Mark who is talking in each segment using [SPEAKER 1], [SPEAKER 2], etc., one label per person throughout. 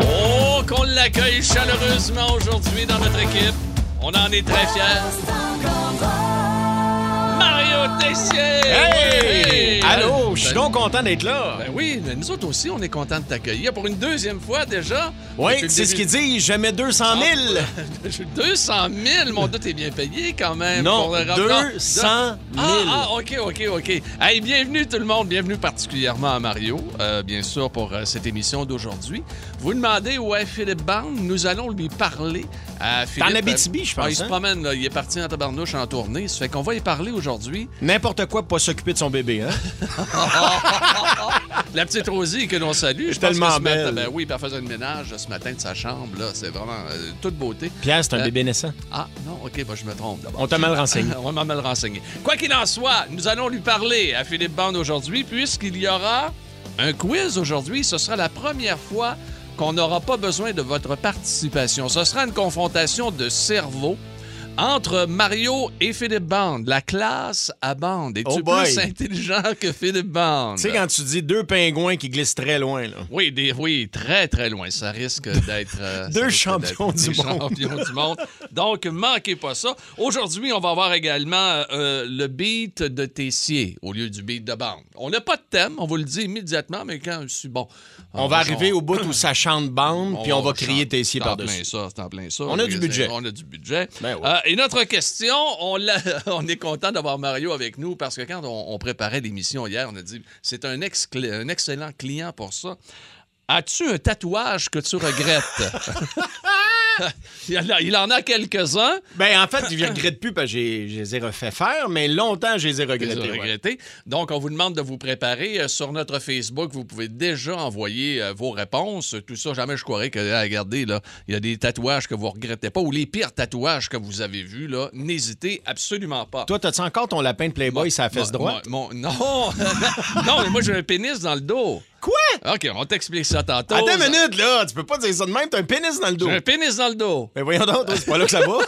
[SPEAKER 1] Oh, l'accueille chaleureusement aujourd'hui dans notre équipe. On en est très fiers. Mario Tessier!
[SPEAKER 2] Hey! Allô, je suis
[SPEAKER 1] Ben-
[SPEAKER 2] donc content d'être là.
[SPEAKER 1] Ben oui, mais nous autres aussi, on est contents de t'accueillir pour une deuxième fois déjà.
[SPEAKER 2] Oui,
[SPEAKER 1] Depuis le
[SPEAKER 2] c'est ce
[SPEAKER 1] début-
[SPEAKER 2] qu'il dit, jamais 200 000.
[SPEAKER 1] 200 000, mon doute est bien payé quand même.
[SPEAKER 2] Non,
[SPEAKER 1] le rapport.
[SPEAKER 2] 200 000.
[SPEAKER 1] Ah, ah, ok, ok, ok. Hey, bienvenue tout le monde, bienvenue particulièrement à Mario, euh, bien sûr, pour euh, cette émission d'aujourd'hui. Vous demandez où est Philippe Barne, nous allons lui parler à Philippe.
[SPEAKER 2] Abitibi, je pense,
[SPEAKER 1] Ah, il se
[SPEAKER 2] hein?
[SPEAKER 1] promène, là. il est parti en tabarnouche en tournée, ça fait qu'on va y parler aujourd'hui.
[SPEAKER 2] N'importe quoi pour pas s'occuper de son bébé, hein?
[SPEAKER 1] La petite Rosie que l'on salue, je pense
[SPEAKER 2] Tellement
[SPEAKER 1] que ce matin-
[SPEAKER 2] belle.
[SPEAKER 1] ben oui, puis elle faisait le ménage là, ce matin de sa chambre, là, c'est vraiment euh, toute beauté.
[SPEAKER 2] Pierre, c'est un
[SPEAKER 1] Euh,
[SPEAKER 2] bébé naissant.
[SPEAKER 1] Ah, non, ok, bah, je me trompe d'abord.
[SPEAKER 2] On t'a mal renseigné.
[SPEAKER 1] On m'a mal renseigné. Quoi qu'il en soit, nous allons lui parler à Philippe Bande aujourd'hui, puisqu'il y aura un quiz aujourd'hui. Ce sera la première fois qu'on n'aura pas besoin de votre participation. Ce sera une confrontation de cerveau entre Mario et Philippe Bande. La classe à Bande. Es-tu
[SPEAKER 2] Oh boy.
[SPEAKER 1] plus intelligent que Philippe Bande?
[SPEAKER 2] Tu sais, quand tu dis deux pingouins qui glissent très loin, là.
[SPEAKER 1] Oui, des, oui, très, très loin. Ça risque d'être... euh,
[SPEAKER 2] Deux
[SPEAKER 1] ça risque
[SPEAKER 2] champions
[SPEAKER 1] d'être
[SPEAKER 2] du
[SPEAKER 1] des
[SPEAKER 2] monde.
[SPEAKER 1] champions du monde. Donc, manquez pas ça. Aujourd'hui, on va avoir également euh, le beat de Tessier au lieu du beat de bande. On n'a pas de thème, on vous le dit immédiatement, mais quand c'est bon... Euh,
[SPEAKER 2] On va arriver au bout où ça chante bande, puis on va
[SPEAKER 1] chanter.
[SPEAKER 2] crier Tessier
[SPEAKER 1] C'est en plein
[SPEAKER 2] par-dessus.
[SPEAKER 1] ça, c'est en plein ça.
[SPEAKER 2] On a du budget.
[SPEAKER 1] On a du budget.
[SPEAKER 2] Ben ouais.
[SPEAKER 1] Euh, et notre question, on, l'a- on est content d'avoir Mario avec nous parce que quand on, on préparait l'émission hier, on a dit c'est un, ex- un excellent client pour ça. As-tu un tatouage que tu regrettes? il, en a- il en a quelques-uns.
[SPEAKER 2] Ben, en fait, je les regrette plus parce que j'ai- je les ai refait faire, mais longtemps, je les ai
[SPEAKER 1] Ils ont
[SPEAKER 2] regrettés. ouais.
[SPEAKER 1] regretté. Donc, on vous demande de vous préparer. Euh, Sur notre Facebook, vous pouvez déjà envoyer euh, vos réponses. Tout ça, jamais je croirais que, ah, regardez, là, il y a des tatouages que vous regrettez pas ou les pires tatouages que vous avez vus, là. N'hésitez absolument pas.
[SPEAKER 2] Toi, t'as-tu encore ton lapin de Playboy, ça fesse
[SPEAKER 1] Mon-
[SPEAKER 2] droite?
[SPEAKER 1] mon- non! non, mais moi, j'ai un pénis dans le dos.
[SPEAKER 2] Quoi?
[SPEAKER 1] OK, on t'explique ça tantôt.
[SPEAKER 2] Attends une minute, là! Tu peux pas dire ça de même, t'as un pénis dans le dos.
[SPEAKER 1] J'ai un pénis dans le dos.
[SPEAKER 2] Mais Ben, voyons donc, toi, c'est pas là que ça va.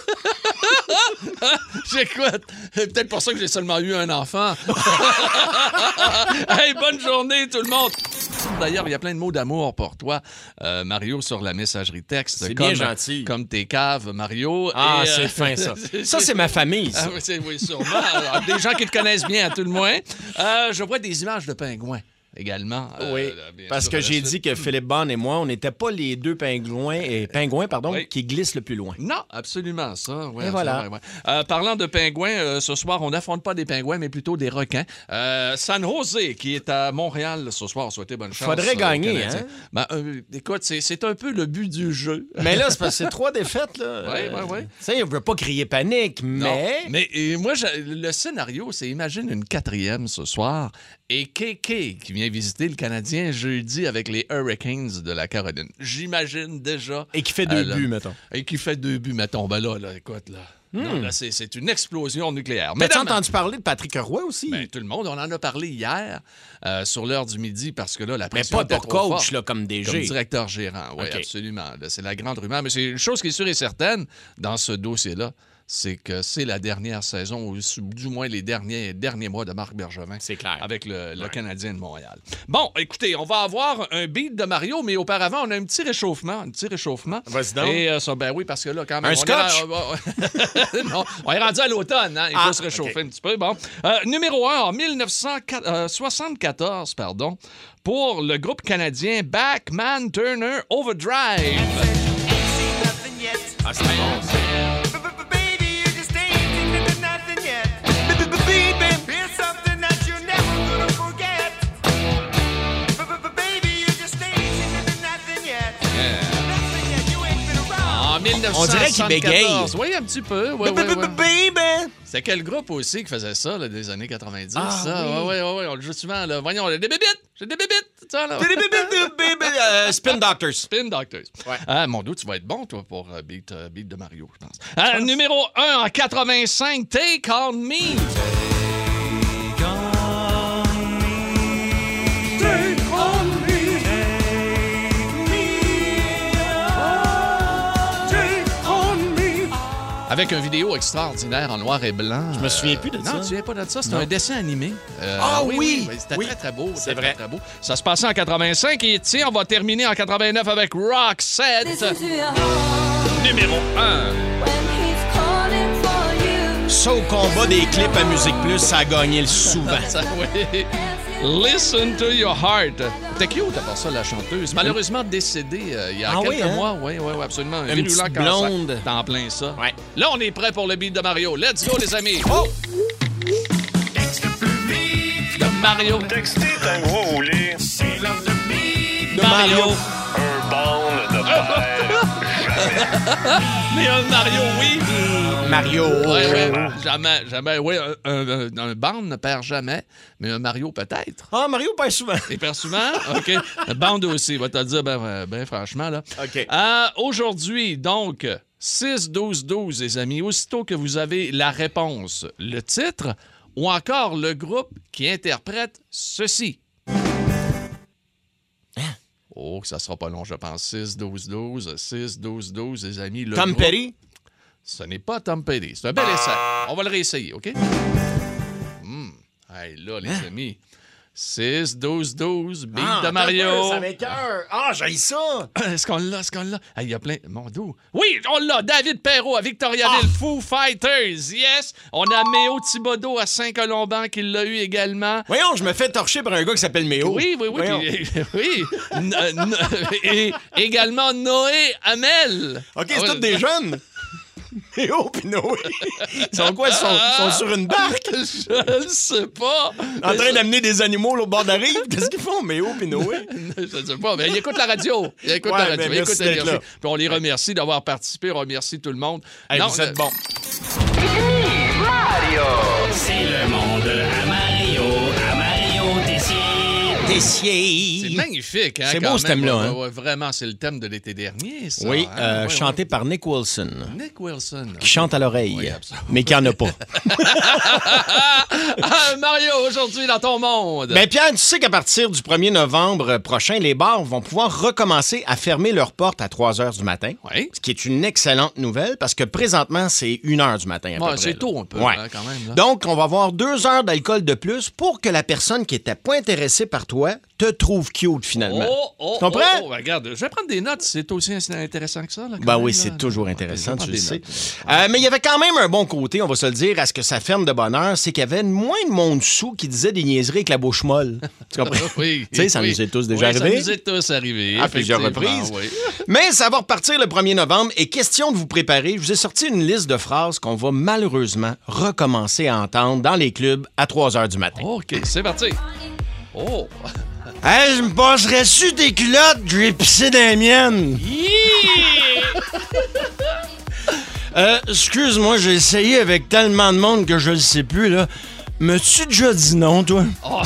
[SPEAKER 1] J'écoute. C'est peut-être pour ça que j'ai seulement eu un enfant. hey, bonne journée, tout le monde. D'ailleurs, il y a plein de mots d'amour pour toi, euh, Mario, sur la messagerie texte.
[SPEAKER 2] C'est
[SPEAKER 1] Comme-
[SPEAKER 2] bien gentil.
[SPEAKER 1] Comme tes caves, Mario.
[SPEAKER 2] Ah,
[SPEAKER 1] Et, euh,
[SPEAKER 2] c'est fin, ça. Ça, c'est ma famille,
[SPEAKER 1] Ah,
[SPEAKER 2] ça.
[SPEAKER 1] oui, c'est- oui, sûrement. Alors, des gens qui te connaissent bien, à tout le moins. Euh, je vois des images de pingouins également. Euh,
[SPEAKER 2] Ah, Oui,
[SPEAKER 1] là, bien
[SPEAKER 2] parce
[SPEAKER 1] sûr,
[SPEAKER 2] que
[SPEAKER 1] la
[SPEAKER 2] j'ai
[SPEAKER 1] suite.
[SPEAKER 2] dit que Philippe Bond et moi, on n'était pas les deux pingouins, et pingouins pardon,
[SPEAKER 1] oui.
[SPEAKER 2] qui glissent le plus loin.
[SPEAKER 1] Non, absolument ça. Ouais,
[SPEAKER 2] Et voilà.
[SPEAKER 1] absolument, ouais. Euh, parlant de pingouins, euh, ce soir, on n'affronte pas des pingouins, mais plutôt des requins. Euh, San José, qui est à Montréal ce soir, souhaitez bonne chance.
[SPEAKER 2] Faudrait
[SPEAKER 1] euh, aux
[SPEAKER 2] gagner,
[SPEAKER 1] Canadiens.
[SPEAKER 2] hein?
[SPEAKER 1] Ben, euh, écoute, c'est- c'est un peu le but du jeu.
[SPEAKER 2] Mais là, c'est parce que c'est trois défaites, là.
[SPEAKER 1] Ouais,
[SPEAKER 2] Euh,
[SPEAKER 1] ouais, ouais.
[SPEAKER 2] Tu sais, on veut pas crier panique,
[SPEAKER 1] Non.
[SPEAKER 2] mais...
[SPEAKER 1] Mais et moi, je- le scénario, c'est imagine une quatrième ce soir et KK qui vient visiter le Canadien jeudi avec les Hurricanes de la Caroline. J'imagine déjà.
[SPEAKER 2] Et qui fait deux
[SPEAKER 1] Alors.
[SPEAKER 2] buts, mettons.
[SPEAKER 1] Et qui fait deux buts, mettons. Ben là, là écoute, là.
[SPEAKER 2] Hmm.
[SPEAKER 1] Non, là, c'est c'est une explosion nucléaire.
[SPEAKER 2] Mais tu
[SPEAKER 1] Mesdames-
[SPEAKER 2] entendu parler de Patrick Roy aussi?
[SPEAKER 1] Ben, tout le monde, on en a parlé hier euh, sur l'heure du midi parce que là, la
[SPEAKER 2] mais
[SPEAKER 1] pression
[SPEAKER 2] pas
[SPEAKER 1] était
[SPEAKER 2] pour
[SPEAKER 1] trop
[SPEAKER 2] coach,
[SPEAKER 1] forte.
[SPEAKER 2] là, comme
[SPEAKER 1] Comme
[SPEAKER 2] DG.
[SPEAKER 1] directeur gérant, oui,
[SPEAKER 2] OK.
[SPEAKER 1] absolument. Là, C'est la grande rumeur. Mais c'est une chose qui est sûre et certaine dans ce dossier-là, c'est que c'est la dernière saison, ou sou- du moins les derniers, derniers mois de Marc Bergevin
[SPEAKER 2] C'est clair.
[SPEAKER 1] avec le, le Canadien de Montréal. Bon, écoutez, on va avoir un beat de Mario, mais auparavant, on a un petit réchauffement. Un petit réchauffement.
[SPEAKER 2] Vas-y donc.
[SPEAKER 1] Et, euh, ça, ben oui, parce que là, quand même.
[SPEAKER 2] Un
[SPEAKER 1] on
[SPEAKER 2] scotch?
[SPEAKER 1] est- non, on est rendu à l'automne, hein? Il faut
[SPEAKER 2] Ah,
[SPEAKER 1] se réchauffer
[SPEAKER 2] OK.
[SPEAKER 1] un petit peu. Bon. Euh, numéro 1, en 1974, euh, pardon, pour le groupe canadien Backman Turner Overdrive.
[SPEAKER 2] Ah, c'est bon, ça.
[SPEAKER 1] En 1974.
[SPEAKER 2] dirait qu'il bégaye.
[SPEAKER 1] Oui, un petit peu. ouais, ouais, ouais.
[SPEAKER 2] Baby!
[SPEAKER 1] C'est quel groupe aussi qui faisait ça, là, des années 90?
[SPEAKER 2] Ah,
[SPEAKER 1] ça?
[SPEAKER 2] oui.
[SPEAKER 1] Ouais, ouais, ouais, ouais, on le joue souvent, là. Voyons, on a des bébites! J'ai des bébites! Tu vois, là.
[SPEAKER 2] Euh, Spin Doctors.
[SPEAKER 1] Spin Doctors.
[SPEAKER 2] Ouais.
[SPEAKER 1] Ah, mon doux, tu vas être bon, toi, pour euh, beat, euh, beat de Mario, je pense. Ah, numéro 1 en 85, Take On Me. Avec une vidéo extraordinaire en noir et blanc.
[SPEAKER 3] Je me souviens plus de
[SPEAKER 1] non,
[SPEAKER 3] ça.
[SPEAKER 1] tu viens pas de ça. C'était
[SPEAKER 3] Non.
[SPEAKER 1] un dessin animé. Euh,
[SPEAKER 2] Ah oui!
[SPEAKER 1] C'était
[SPEAKER 2] Oui.
[SPEAKER 1] très, très beau.
[SPEAKER 2] C'est
[SPEAKER 1] très,
[SPEAKER 2] vrai.
[SPEAKER 1] Très, très beau. Ça se passait en 85 et tiens, on va terminer en 89 avec Rock Set numéro 1.
[SPEAKER 2] Ça, au combat des clips à Musique Plus, ça a gagné le souvent.
[SPEAKER 1] Ça, oui. Listen to your heart. C'était cute d'avoir ça, la chanteuse. Malheureusement décédée euh, il y a
[SPEAKER 3] Ah
[SPEAKER 1] quelques
[SPEAKER 3] oui, hein?
[SPEAKER 1] mois. Oui, oui, oui, absolument.
[SPEAKER 2] Une
[SPEAKER 1] virulent
[SPEAKER 2] petite
[SPEAKER 1] cancer.
[SPEAKER 2] blonde.
[SPEAKER 1] T'en plein ça.
[SPEAKER 2] Ouais.
[SPEAKER 1] Là, on est prêt pour le beat de Mario. Let's go, les amis.
[SPEAKER 2] Oh!
[SPEAKER 1] De Mario.
[SPEAKER 4] Texté enroulé,
[SPEAKER 2] De
[SPEAKER 1] Mario.
[SPEAKER 4] un bande de
[SPEAKER 3] Ah,
[SPEAKER 4] verre.
[SPEAKER 1] Mais un Mario, oui.
[SPEAKER 2] Mario.
[SPEAKER 1] Ouais,
[SPEAKER 2] Euh,
[SPEAKER 1] ouais, Jamais, jamais. Oui, un, un, un- un band ne perd jamais, mais un Mario peut-être.
[SPEAKER 2] Ah, Mario perd souvent.
[SPEAKER 1] Et perd souvent, OK. Un band aussi, va te le dire, ben, euh, ben franchement, là.
[SPEAKER 2] OK.
[SPEAKER 1] Euh, Aujourd'hui, donc, 6-12-12, les amis. Aussitôt que vous avez la réponse, le titre ou encore le groupe qui interprète ceci.
[SPEAKER 2] Hein?
[SPEAKER 1] Oh, que ça sera pas long, je pense. 6-12-12, 6-12-12, les amis. Le
[SPEAKER 2] Tom
[SPEAKER 1] groupe-
[SPEAKER 2] Petty.
[SPEAKER 1] ce n'est pas Tom Petty. C'est un bel essai. On va le réessayer, OK? Hmm. Hey, là,
[SPEAKER 2] Hein?
[SPEAKER 1] les amis. 6-12-12, beat
[SPEAKER 2] Ah,
[SPEAKER 1] de Mario.
[SPEAKER 2] Ça m'écoeure. Ah, j'ai ça.
[SPEAKER 1] Est-ce qu'on l'a? Est-ce qu'on l'a? Ah, Il y a plein. Mon doux. Oui, on l'a. David Perrault à Victoriaville.
[SPEAKER 2] Ah!
[SPEAKER 1] Foo Fighters. Yes. On a Méo Thibodeau à Saint-Colomban qui l'a eu également.
[SPEAKER 2] Voyons, je me fais torcher par un gars qui s'appelle Méo.
[SPEAKER 1] Oui, oui, oui.
[SPEAKER 2] Oh! Voyons.
[SPEAKER 1] puis- oui. N- euh, n- et également Noé Hamel.
[SPEAKER 2] OK,
[SPEAKER 1] Ah
[SPEAKER 2] c'est
[SPEAKER 1] oui.
[SPEAKER 2] tous des jeunes. Méo puis Noé. Ils sont quoi? Ils sont, ils sont sur une barque
[SPEAKER 1] Je ne sais pas.
[SPEAKER 2] en train d'amener des animaux au bord de la rive. Qu'est-ce qu'ils font, Méo puis Noé?
[SPEAKER 1] Je ne sais pas, mais il écoute la radio. Il écoute
[SPEAKER 2] Ouais,
[SPEAKER 1] la radio.
[SPEAKER 2] mais
[SPEAKER 1] Il
[SPEAKER 2] merci
[SPEAKER 1] écoute
[SPEAKER 2] d'être
[SPEAKER 1] Énergie.
[SPEAKER 2] là.
[SPEAKER 1] Puis on les remercie d'avoir participé. On remercie tout le monde.
[SPEAKER 2] Hey,
[SPEAKER 1] Non,
[SPEAKER 2] vous êtes
[SPEAKER 1] euh,
[SPEAKER 2] bons.
[SPEAKER 5] C'est le monde à Mario, à Mario Tessier.
[SPEAKER 1] C'est
[SPEAKER 2] Tessier.
[SPEAKER 1] magnifique. Hein,
[SPEAKER 2] C'est
[SPEAKER 1] quand
[SPEAKER 2] beau, ce
[SPEAKER 1] même.
[SPEAKER 2] thème-là,
[SPEAKER 1] Ouais,
[SPEAKER 2] hein?
[SPEAKER 1] ouais, ouais, vraiment, c'est le thème de l'été dernier. ça,
[SPEAKER 2] Oui,
[SPEAKER 1] hein.
[SPEAKER 2] euh,
[SPEAKER 1] Ouais, ouais.
[SPEAKER 2] chanté par Nick Wilson.
[SPEAKER 1] Nick Wilson.
[SPEAKER 2] Qui chante à l'oreille,
[SPEAKER 1] Oui, absolument.
[SPEAKER 2] mais qui en a pas.
[SPEAKER 1] Ah, Mario, aujourd'hui, dans ton monde.
[SPEAKER 2] Ben Pierre, tu sais qu'à partir du 1er novembre prochain, les bars vont pouvoir recommencer à fermer leurs portes à 3 heures du matin.
[SPEAKER 1] Oui.
[SPEAKER 2] Ce qui est une excellente nouvelle parce que présentement, c'est 1 heure du matin. à peu
[SPEAKER 1] Ouais,
[SPEAKER 2] près,
[SPEAKER 1] c'est
[SPEAKER 2] là.
[SPEAKER 1] tôt un peu,
[SPEAKER 2] Ouais.
[SPEAKER 1] hein, quand même, là.
[SPEAKER 2] Donc, on va avoir 2 heures d'alcool de plus pour que la personne qui n'était pas intéressée par toi te trouve cute finalement.
[SPEAKER 1] Oh, oh,
[SPEAKER 2] tu comprends?
[SPEAKER 1] oh, oh, regarde, je vais prendre des notes. C'est aussi intéressant que ça. Là, quand
[SPEAKER 2] Ben
[SPEAKER 1] même,
[SPEAKER 2] oui,
[SPEAKER 1] là.
[SPEAKER 2] c'est toujours
[SPEAKER 1] Ouais,
[SPEAKER 2] intéressant,
[SPEAKER 1] je vais
[SPEAKER 2] tu le sais.
[SPEAKER 1] prendre des notes. hein.
[SPEAKER 2] Euh, mais il y avait quand même un bon côté, on va se le dire, à ce que ça ferme de bonheur, c'est qu'il y avait moins de monde sous qui disait des niaiseries avec la bouche molle. Tu comprends?
[SPEAKER 1] Oui.
[SPEAKER 2] Tu sais, ça
[SPEAKER 1] oui.
[SPEAKER 2] nous est tous déjà
[SPEAKER 1] Oui,
[SPEAKER 2] arrivé.
[SPEAKER 1] Ça nous est tous arrivé.
[SPEAKER 2] À plusieurs
[SPEAKER 1] effectivement,
[SPEAKER 2] reprises.
[SPEAKER 1] oui.
[SPEAKER 2] Mais ça va repartir le 1er novembre et question de vous préparer, je vous ai sorti une liste de phrases qu'on va malheureusement recommencer à entendre dans les clubs à 3 heures du matin.
[SPEAKER 1] OK, c'est parti. Oh!
[SPEAKER 2] Hey, je me passerais-tu des culottes, je vais pisser dans les miennes? Euh, excuse-moi, j'ai essayé avec tellement de monde que je le sais plus, là. M'as-tu déjà dit non, toi?
[SPEAKER 1] Oh.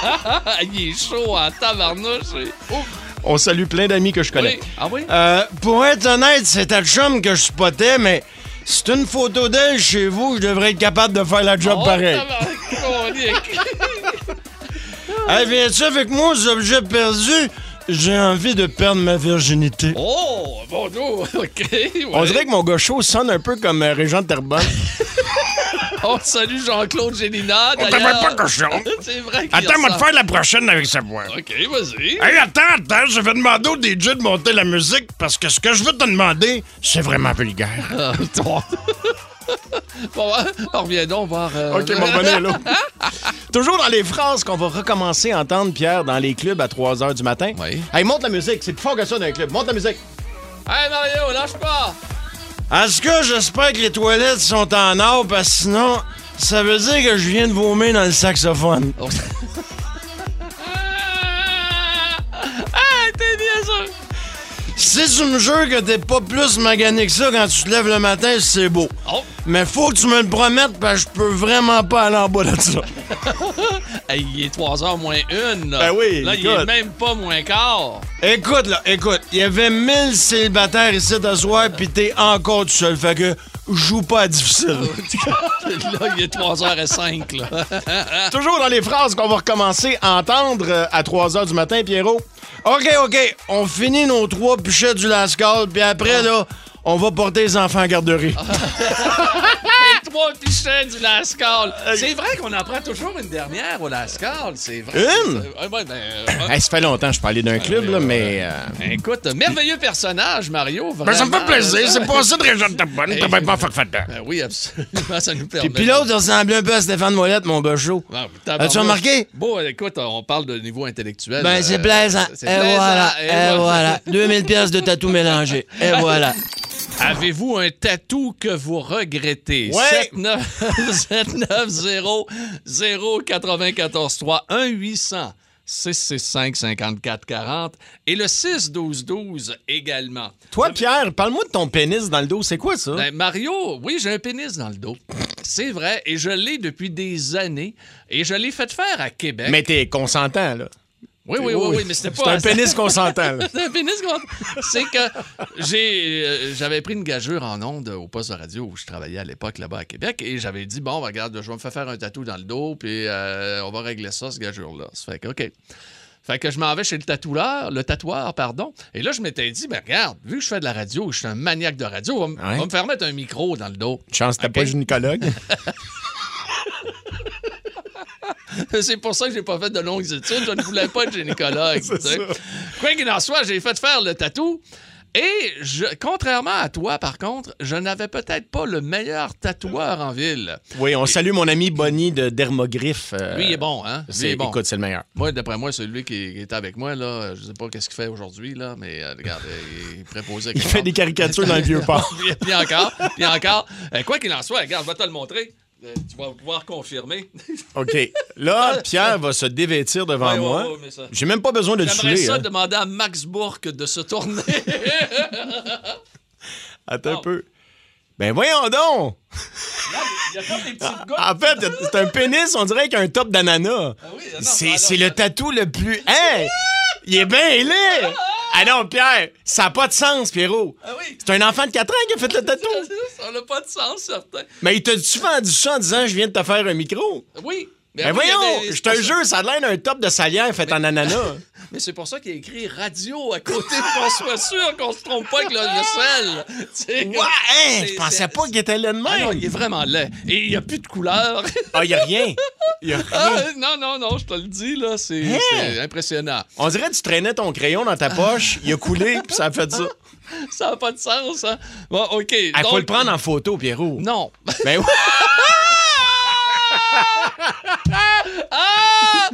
[SPEAKER 1] Il est chaud en tabarnouche. Oh,
[SPEAKER 2] On salue plein d'amis que je
[SPEAKER 1] oui.
[SPEAKER 2] connais.
[SPEAKER 1] Ah oui?
[SPEAKER 2] Euh, pour être honnête, c'est ta chum que je spottais, mais c'est une photo d'elle chez vous, je devrais être capable de faire la job
[SPEAKER 1] Oh,
[SPEAKER 2] pareil.
[SPEAKER 1] tabarnouche.
[SPEAKER 2] Hey, viens-tu avec moi aux objets perdus? J'ai envie de perdre ma virginité.
[SPEAKER 1] Oh, bonjour. OK. ouais.
[SPEAKER 2] On dirait que mon gars chaud sonne un peu comme euh, Régent de Terrebonne.
[SPEAKER 1] On salue Oh, Jean-Claude Gélina.
[SPEAKER 6] On t'appelle pas cochon.
[SPEAKER 1] C'est vrai qu'il
[SPEAKER 6] Attends, on va te
[SPEAKER 1] ressemble.
[SPEAKER 6] faire la prochaine avec sa voix.
[SPEAKER 1] OK, vas-y.
[SPEAKER 2] Hein?
[SPEAKER 6] Hey, attends, attends, je vais demander au DJ de monter la musique parce que ce que je veux te demander, c'est vraiment vulgaire.
[SPEAKER 1] Ah, bon. Bon, bah, on revient donc voir... euh,
[SPEAKER 2] OK, mon bonnet, là. Toujours dans les phrases qu'on va recommencer à entendre, Pierre, dans les clubs à 3 h du matin.
[SPEAKER 1] Oui.
[SPEAKER 2] Hey, monte la musique. C'est plus fort que ça dans les clubs. Monte la musique.
[SPEAKER 1] Hey, Mario, lâche pas.
[SPEAKER 2] En tout cas, j'espère que les toilettes sont en or, parce que sinon, ça veut dire que je viens de vomir dans le saxophone.
[SPEAKER 1] Oh. Ah, Ah, t'es bien sûr.
[SPEAKER 2] Si tu me jures que t'es pas plus magané que ça quand tu te lèves le matin, c'est beau.
[SPEAKER 1] Oh.
[SPEAKER 2] Mais faut que tu me le promettes, parce que je peux vraiment pas aller en bas de ça.
[SPEAKER 1] Hey, il est 3h moins 1. Là.
[SPEAKER 2] Ben oui,
[SPEAKER 1] Là, il
[SPEAKER 2] écoute.
[SPEAKER 1] est même pas moins quart.
[SPEAKER 2] Écoute, là, écoute, il y avait 1000 célibataires ici ce soir, pis t'es encore tout seul. Fait que joue pas à difficile.
[SPEAKER 1] là, il est 3h05, là.
[SPEAKER 2] Toujours dans les phrases qu'on va recommencer à entendre euh, à 3 heures du matin, Pierrot. OK, OK, on finit nos trois pichets du Lascal, puis après, là, on va porter les enfants en garderie.
[SPEAKER 1] Les trois pichets du Lascal. C'est vrai qu'on en prend toujours une dernière au Lascal, c'est vrai.
[SPEAKER 2] Une?
[SPEAKER 1] Euh, ouais, ben, euh,
[SPEAKER 2] Hey, ça fait longtemps que je parlais d'un club, là, mais... euh,
[SPEAKER 1] Écoute, un merveilleux personnage, Mario.
[SPEAKER 6] Ben, ça me fait
[SPEAKER 1] vraiment,
[SPEAKER 6] plaisir.
[SPEAKER 1] là.
[SPEAKER 6] C'est pas ça de région de ta bonne. T'as bien pas fait fata.
[SPEAKER 1] Ben oui, absolument, ça nous permet.
[SPEAKER 2] Puis l'autre, il ressemblait un peu à Stéphane Mollette, mon gars chaud.
[SPEAKER 1] Wow,
[SPEAKER 2] As-tu remarqué?
[SPEAKER 1] Bon, écoute, on parle de niveau intellectuel.
[SPEAKER 2] Ben, c'est
[SPEAKER 1] euh,
[SPEAKER 2] plaisant.
[SPEAKER 1] c'est
[SPEAKER 2] Et
[SPEAKER 1] plaisant,
[SPEAKER 2] voilà,
[SPEAKER 1] et
[SPEAKER 2] et voilà. 2000 pièces de tatou mélangé. Et voilà.
[SPEAKER 1] Avez-vous un tatou que vous regrettez?
[SPEAKER 2] Ouais.
[SPEAKER 1] 790-094-3-1-800-665-5440 et le 6-12-12 également.
[SPEAKER 2] Toi, Pierre, parle-moi de ton pénis dans le dos. C'est quoi ça?
[SPEAKER 1] Ben, Mario, oui, j'ai un pénis dans le dos. C'est vrai, et je l'ai depuis des années. Et je l'ai fait faire à Québec.
[SPEAKER 2] Mais t'es consentant, là.
[SPEAKER 1] oui, oui, oui, oui, mais c'était pas...
[SPEAKER 2] C'est un pénis consentant, là.
[SPEAKER 1] C'est un pénis qu'on- C'est que j'ai, euh, j'avais pris une gageure en ondes au poste de radio où je travaillais à l'époque là-bas à Québec et j'avais dit bon, ben, regarde, je vais me faire faire un tatou dans le dos puis euh, on va régler ça, ce gageure-là. Ça fait que, OK. Fait que je m'en vais chez le tatoueur, le tatoueur, pardon. Et là, je m'étais dit, ben regarde, vu que je fais de la radio, je suis un maniaque de radio, on va, m-
[SPEAKER 2] Ouais.
[SPEAKER 1] on va me faire mettre un micro dans le dos.
[SPEAKER 2] Chance, t'as
[SPEAKER 1] Ok.
[SPEAKER 2] pas gynécologue.
[SPEAKER 1] C'est pour ça que j'ai pas fait de longues études. Je ne voulais pas être gynécologue. tu sais. Quoi qu'il en soit, j'ai fait faire le tatou. Et je, contrairement à toi, par contre, je n'avais peut-être pas le meilleur tatoueur en ville.
[SPEAKER 2] Oui, on salue mon ami Bonnie de Dermogriffe. euh,
[SPEAKER 1] Lui, il est bon, hein? Lui, il
[SPEAKER 2] C'est,
[SPEAKER 1] est bon.
[SPEAKER 2] Écoute, c'est le meilleur.
[SPEAKER 1] Moi, d'après moi, celui qui, qui était avec moi, là, je sais pas qu'est-ce qu'il fait aujourd'hui, là, mais euh, regarde, il est préposé. à
[SPEAKER 2] Il
[SPEAKER 1] quelque
[SPEAKER 2] fait
[SPEAKER 1] chose.
[SPEAKER 2] des caricatures dans le vieux port.
[SPEAKER 1] puis, puis encore, puis encore. Euh, quoi qu'il en soit, regarde, je vais te le montrer. Euh, tu vas pouvoir confirmer.
[SPEAKER 2] OK. Là, Pierre va se dévêtir devant
[SPEAKER 1] Ouais, ouais,
[SPEAKER 2] moi.
[SPEAKER 1] ouais, mais ça-
[SPEAKER 2] J'ai même pas besoin de le hein.
[SPEAKER 1] J'aimerais
[SPEAKER 2] tuer.
[SPEAKER 1] ça demander à Max Bourque de se tourner.
[SPEAKER 2] Attends
[SPEAKER 1] Oh.
[SPEAKER 2] un peu. Ben voyons donc!
[SPEAKER 1] Il y a comme des petites gouttes.
[SPEAKER 2] En fait, c'est un pénis, on dirait qu'un top d'ananas.
[SPEAKER 1] Ah oui, non,
[SPEAKER 2] C'est
[SPEAKER 1] alors-
[SPEAKER 2] c'est le tatou le plus. Hein? Il est bien laid! Ah non, Pierre, ça n'a pas de sens, Pierrot.
[SPEAKER 1] Ah oui.
[SPEAKER 2] C'est un enfant de 4 ans qui a fait le tatou.
[SPEAKER 1] Ça n'a pas de sens, certain.
[SPEAKER 2] Mais il t'a souvent dit ça en disant Je viens de te faire un micro.
[SPEAKER 1] Oui.
[SPEAKER 2] Ben
[SPEAKER 1] oui, il y
[SPEAKER 2] voyons,
[SPEAKER 1] avait-
[SPEAKER 2] je
[SPEAKER 1] c'est pour
[SPEAKER 2] te
[SPEAKER 1] ça-
[SPEAKER 2] jure, ça a l'air d'un top de salière fait en ananas.
[SPEAKER 1] hein. Mais c'est pour ça qu'il y a écrit radio à côté pour qu'on soit sûr qu'on se trompe pas avec le, le sel. Tu sais,
[SPEAKER 2] Ouais, hein,
[SPEAKER 1] c'est-
[SPEAKER 2] je pensais
[SPEAKER 1] c'est-
[SPEAKER 2] pas qu'il était là de
[SPEAKER 1] Ah non,
[SPEAKER 2] même.
[SPEAKER 1] il est vraiment laid. Et il n'y a plus de couleur.
[SPEAKER 2] Ah, il n'y a rien. Y a rien.
[SPEAKER 1] Ah, non, non, non, je te le dis, là, c'est
[SPEAKER 2] Hein?
[SPEAKER 1] c'est impressionnant.
[SPEAKER 2] On dirait que tu traînais ton crayon dans ta poche, il a coulé, puis ça a fait ça.
[SPEAKER 1] Ça n'a pas de sens, hein? Bon, OK.
[SPEAKER 2] Il faut
[SPEAKER 1] Ah. donc-
[SPEAKER 2] le prendre en photo, Pierrot.
[SPEAKER 1] Non.
[SPEAKER 2] Ben oui.
[SPEAKER 1] Ah! Ah!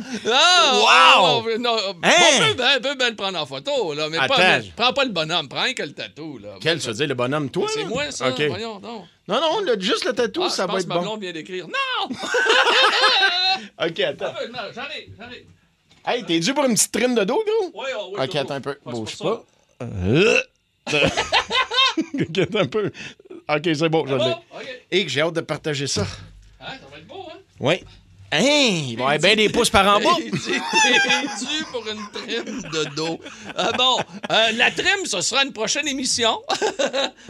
[SPEAKER 2] Wow!
[SPEAKER 1] Oh, non, euh,
[SPEAKER 2] Hein?
[SPEAKER 1] On peut, ben, on peut bien le prendre en photo, là, mais, pas,
[SPEAKER 2] Attends.
[SPEAKER 1] mais prends pas le bonhomme, prends rien que le tatou, là.
[SPEAKER 2] Quel, tu veux dire, le bonhomme, toi?
[SPEAKER 1] C'est
[SPEAKER 2] là?
[SPEAKER 1] moi, ça.
[SPEAKER 2] OK.
[SPEAKER 1] Voyons, Ah, non.
[SPEAKER 2] Non, non, le- juste le tatou, ça va être
[SPEAKER 1] ma
[SPEAKER 2] bon.
[SPEAKER 1] blonde vient d'écrire. Non! Ah,
[SPEAKER 2] OK, attends.
[SPEAKER 1] non j'en ai, j'en ai.
[SPEAKER 2] Hey, t'es dû pour une petite trim de dos, gros?
[SPEAKER 1] Ouais, oh, ouais,
[SPEAKER 2] OK,
[SPEAKER 1] toujours.
[SPEAKER 2] attends un peu.
[SPEAKER 1] Ah, c'est
[SPEAKER 2] Bouge
[SPEAKER 1] pour ça.
[SPEAKER 2] pas. Euh. OK, attends un peu. OK, c'est bon, je l'ai.
[SPEAKER 1] Bon, Oh, OK.
[SPEAKER 2] Et que j'ai hâte de partager ça.
[SPEAKER 1] Hein, ça va être beau, hein?
[SPEAKER 2] Oui. Hein, il va y avoir bien des pouces par en bas.
[SPEAKER 1] Il dit, t'es dû pour une trim de dos. Ah bon, euh, la trim, ce sera une prochaine émission.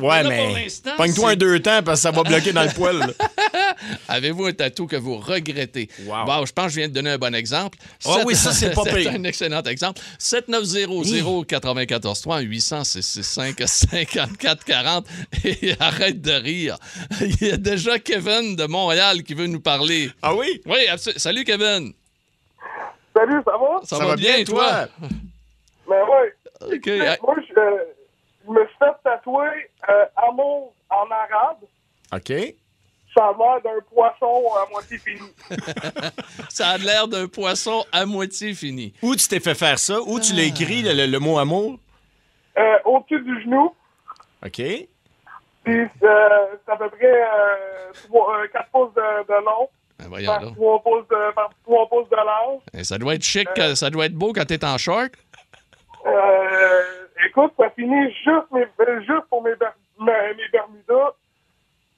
[SPEAKER 2] Ouais,
[SPEAKER 1] là, pour
[SPEAKER 2] mais
[SPEAKER 1] l'instant,
[SPEAKER 2] pogne-toi
[SPEAKER 1] c'est-
[SPEAKER 2] un deux temps parce que ça va bloquer dans le poil. là.
[SPEAKER 1] Avez-vous un tatou que vous regrettez?
[SPEAKER 2] Wow.
[SPEAKER 1] Bon, je pense que je viens de donner un bon exemple.
[SPEAKER 2] Ah
[SPEAKER 1] Sept-
[SPEAKER 2] oui, ça, c'est pas pire.
[SPEAKER 1] un excellent exemple. 7900 94 3 800 665 54 40 et arrête de rire. Il y a déjà Kevin de Montréal qui veut nous parler.
[SPEAKER 2] Ah oui?
[SPEAKER 1] Oui, absolument. Salut, Kevin.
[SPEAKER 3] Salut, ça va?
[SPEAKER 1] Ça, va, bien, toi?
[SPEAKER 3] Ben ouais.
[SPEAKER 1] OK.
[SPEAKER 3] Moi, je, euh, je me suis fait tatouer euh, amour en arabe.
[SPEAKER 2] OK.
[SPEAKER 3] Ça a l'air d'un poisson à moitié fini.
[SPEAKER 1] Ça a l'air d'un poisson à moitié fini.
[SPEAKER 2] Où tu t'es fait faire ça? Où tu l'as écrit, le, le- le mot amour?
[SPEAKER 3] Euh, Au-dessus du genou,
[SPEAKER 2] OK. Ben
[SPEAKER 3] puis euh, c'est à peu près euh, trois- euh, 4 pouces de, de long,
[SPEAKER 1] Ben, voyons
[SPEAKER 3] par
[SPEAKER 1] donc.
[SPEAKER 3] 3 pouces de, par 3 pouces de large.
[SPEAKER 1] Eh, Ça doit être chic, euh, ça doit être beau quand t'es en short.
[SPEAKER 3] Euh, écoute, ça finit juste, mes, euh, juste pour mes, ber- mes, mes Bermudas.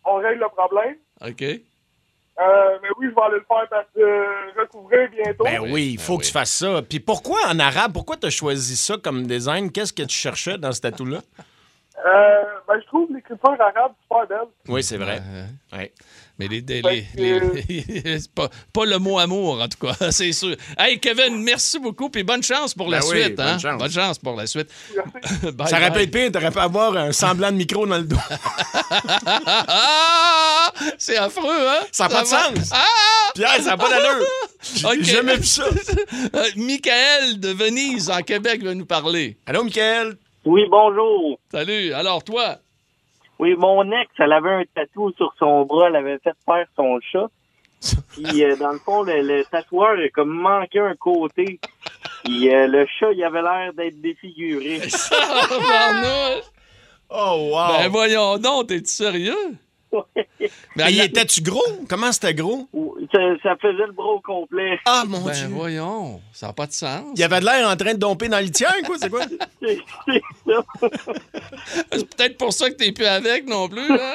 [SPEAKER 3] On règle le problème.
[SPEAKER 1] OK.
[SPEAKER 3] Euh, mais oui, je vais aller le faire parce que euh, recouvrir bientôt.
[SPEAKER 2] Ben
[SPEAKER 1] oui,
[SPEAKER 2] oui, il
[SPEAKER 1] ben
[SPEAKER 2] faut que
[SPEAKER 1] oui.
[SPEAKER 2] tu fasses ça. Puis pourquoi en arabe? Pourquoi tu as choisi ça comme design? Qu'est-ce que tu cherchais dans ce tatou-là?
[SPEAKER 3] Euh, ben, je trouve l'écriture arabe super belle.
[SPEAKER 2] Oui, c'est vrai. Euh, Ouais.
[SPEAKER 1] Mais les délais. les- c'est pas, pas le mot amour, en tout cas, c'est sûr. Hey, Kevin, merci beaucoup, puis bonne chance pour la
[SPEAKER 2] Ben oui,
[SPEAKER 1] suite.
[SPEAKER 2] bonne
[SPEAKER 1] hein?
[SPEAKER 2] chance.
[SPEAKER 1] bonne chance pour la suite. Bye
[SPEAKER 2] Ça
[SPEAKER 1] bye.
[SPEAKER 2] rappelle pire, t'aurais pu avoir un semblant de micro dans le dos.
[SPEAKER 1] Ah, ah, ah, c'est affreux, hein?
[SPEAKER 2] Ça a pas de
[SPEAKER 1] va-
[SPEAKER 2] sens.
[SPEAKER 1] Ah!
[SPEAKER 2] Pierre, ça n'a pas d'allure. J'ai
[SPEAKER 1] Ok.
[SPEAKER 2] jamais vu ça.
[SPEAKER 1] Euh, Michael de Venise, en Québec, va nous parler.
[SPEAKER 2] Allô, Michael?
[SPEAKER 7] Oui, bonjour.
[SPEAKER 1] Salut. Alors, toi,
[SPEAKER 7] Oui, mon ex, elle avait un tatou sur son bras, elle avait fait faire son chat. Puis, euh, dans le fond, le, le tatoueur a comme manqué un côté. Puis, euh, le chat, il avait l'air d'être défiguré.
[SPEAKER 1] Barnouche.
[SPEAKER 2] Oh, wow.
[SPEAKER 1] Ben voyons donc, t'es-tu sérieux? Ben,
[SPEAKER 2] Mais Ah, il
[SPEAKER 1] la-
[SPEAKER 2] était-tu gros? Comment c'était gros?
[SPEAKER 7] ça, ça faisait le bras au complet.
[SPEAKER 2] Ah, mon
[SPEAKER 1] Ben
[SPEAKER 2] Dieu.
[SPEAKER 1] voyons, ça n'a pas de sens.
[SPEAKER 2] Il avait de l'air en train de domper dans le litière, quoi, c'est quoi?
[SPEAKER 7] C'est c'est ça.
[SPEAKER 1] C'est peut-être pour ça que t'es plus avec non plus, hein?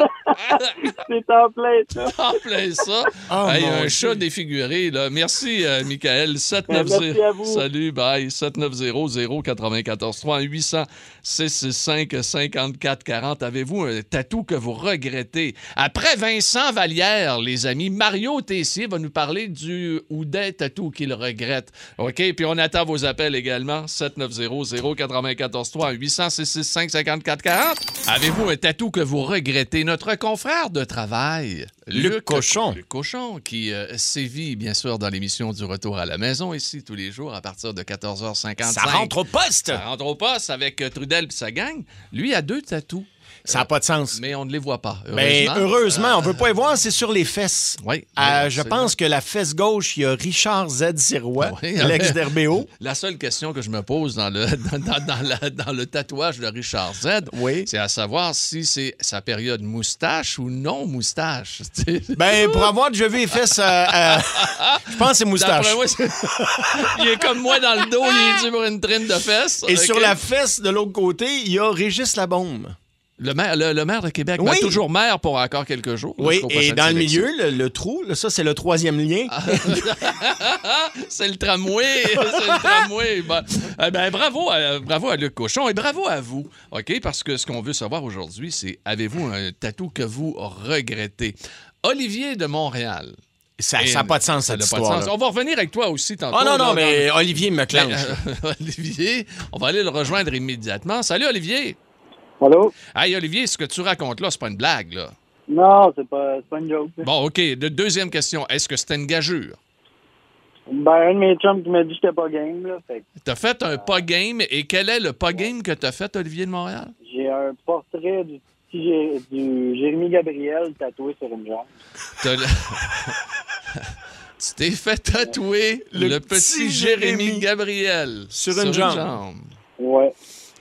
[SPEAKER 7] C'est en plein ça.
[SPEAKER 1] en plein ça.
[SPEAKER 2] Oh,
[SPEAKER 1] Hey,
[SPEAKER 2] mon
[SPEAKER 1] un
[SPEAKER 2] Dieu.
[SPEAKER 1] chat défiguré, là. Merci, euh, Michael. 790.
[SPEAKER 7] Ben, Merci à vous.
[SPEAKER 1] Salut, bye. 790 094 3 800 665 54 40. Avez-vous un tatou que vous regrettez? Après Vincent Vallière, les amis, Mario Tessier va nous parler du ou des tatous qu'il regrette. OK? Puis on attend vos appels également. 790 094 3 800 665 54 40. Avez-vous un tatou que vous regrettez? Notre confrère de travail,
[SPEAKER 2] Luc Cochon.
[SPEAKER 1] le cochon qui euh, sévit, bien sûr, dans l'émission du Retour à la maison ici tous les jours à partir de 14h55.
[SPEAKER 2] Ça rentre au poste.
[SPEAKER 1] Ça rentre au poste avec euh, Trudel et sa gang. Lui a deux tatous,
[SPEAKER 2] Ça n'a pas de sens.
[SPEAKER 1] mais on ne les voit pas.
[SPEAKER 2] Mais
[SPEAKER 1] Heureusement.
[SPEAKER 2] heureusement, euh, on ne veut pas y voir, c'est sur les fesses.
[SPEAKER 1] Oui, oui,
[SPEAKER 2] Euh, je
[SPEAKER 1] absolument.
[SPEAKER 2] pense que la fesse gauche, il y a Richard Z. Sirois,
[SPEAKER 1] Oui.
[SPEAKER 2] l'ex d'RBO.
[SPEAKER 1] La seule question que je me pose dans le, dans, dans- dans la- dans le tatouage de Richard Z,
[SPEAKER 2] Oui.
[SPEAKER 1] c'est à savoir si c'est sa période moustache ou non moustache. Tu sais,
[SPEAKER 2] Ben, pour avoir déjà vu les fesses, euh, euh, je pense que c'est moustache.
[SPEAKER 1] d'après moi, c'est- il est comme moi dans le dos, il est dû pour une trine de fesses.
[SPEAKER 2] Et
[SPEAKER 1] OK?
[SPEAKER 2] sur la fesse de l'autre côté, il y a Régis Labaume.
[SPEAKER 1] Le maire, le, le maire de Québec,
[SPEAKER 2] Oui.
[SPEAKER 1] Ben, toujours maire pour encore quelques jours.
[SPEAKER 2] Oui,
[SPEAKER 1] jusqu'aux
[SPEAKER 2] et
[SPEAKER 1] prochaines
[SPEAKER 2] dans le
[SPEAKER 1] élections.
[SPEAKER 2] milieu, le, le trou, là, ça, c'est le troisième lien.
[SPEAKER 1] Ah, C'est le tramway, c'est le tramway. Ben, eh ben, bravo, à, bravo à Luc Cochon et bravo à vous, OK? Parce que ce qu'on veut savoir aujourd'hui, c'est avez-vous un tatou que vous regrettez? Olivier de Montréal.
[SPEAKER 2] Ça
[SPEAKER 1] Et-
[SPEAKER 2] n'a pas de sens,
[SPEAKER 1] Ça
[SPEAKER 2] cette
[SPEAKER 1] n'a pas de sens.
[SPEAKER 2] histoire.
[SPEAKER 1] On va revenir avec toi aussi tantôt.
[SPEAKER 2] Oh non,
[SPEAKER 1] Là,
[SPEAKER 2] non, mais Olivier me
[SPEAKER 1] dans-
[SPEAKER 2] clenche.
[SPEAKER 1] Ben, euh, Olivier, on va aller le rejoindre immédiatement. Salut, Olivier.
[SPEAKER 7] Allô?
[SPEAKER 1] Hey, Olivier, ce que tu racontes là, c'est pas une blague, là.
[SPEAKER 7] Non, c'est pas, c'est pas une joke.
[SPEAKER 1] Bon, OK. de- Deuxième question. Est-ce que c'était une gageure?
[SPEAKER 7] Ben, un de mes chums qui m'a dit que j'étais pas game, là. Fait que
[SPEAKER 1] T'as fait un pas game et quel est le pas game que t'as fait, Olivier de Montréal?
[SPEAKER 7] j'ai un portrait du petit Jé- du Jérémy Gabriel tatoué sur une jambe.
[SPEAKER 1] T'as le- tu t'es fait tatouer le,
[SPEAKER 2] Le
[SPEAKER 1] petit
[SPEAKER 2] petit
[SPEAKER 1] Jérémy
[SPEAKER 2] Jérémy
[SPEAKER 1] Gabriel
[SPEAKER 2] sur une jambe.
[SPEAKER 7] Ouais.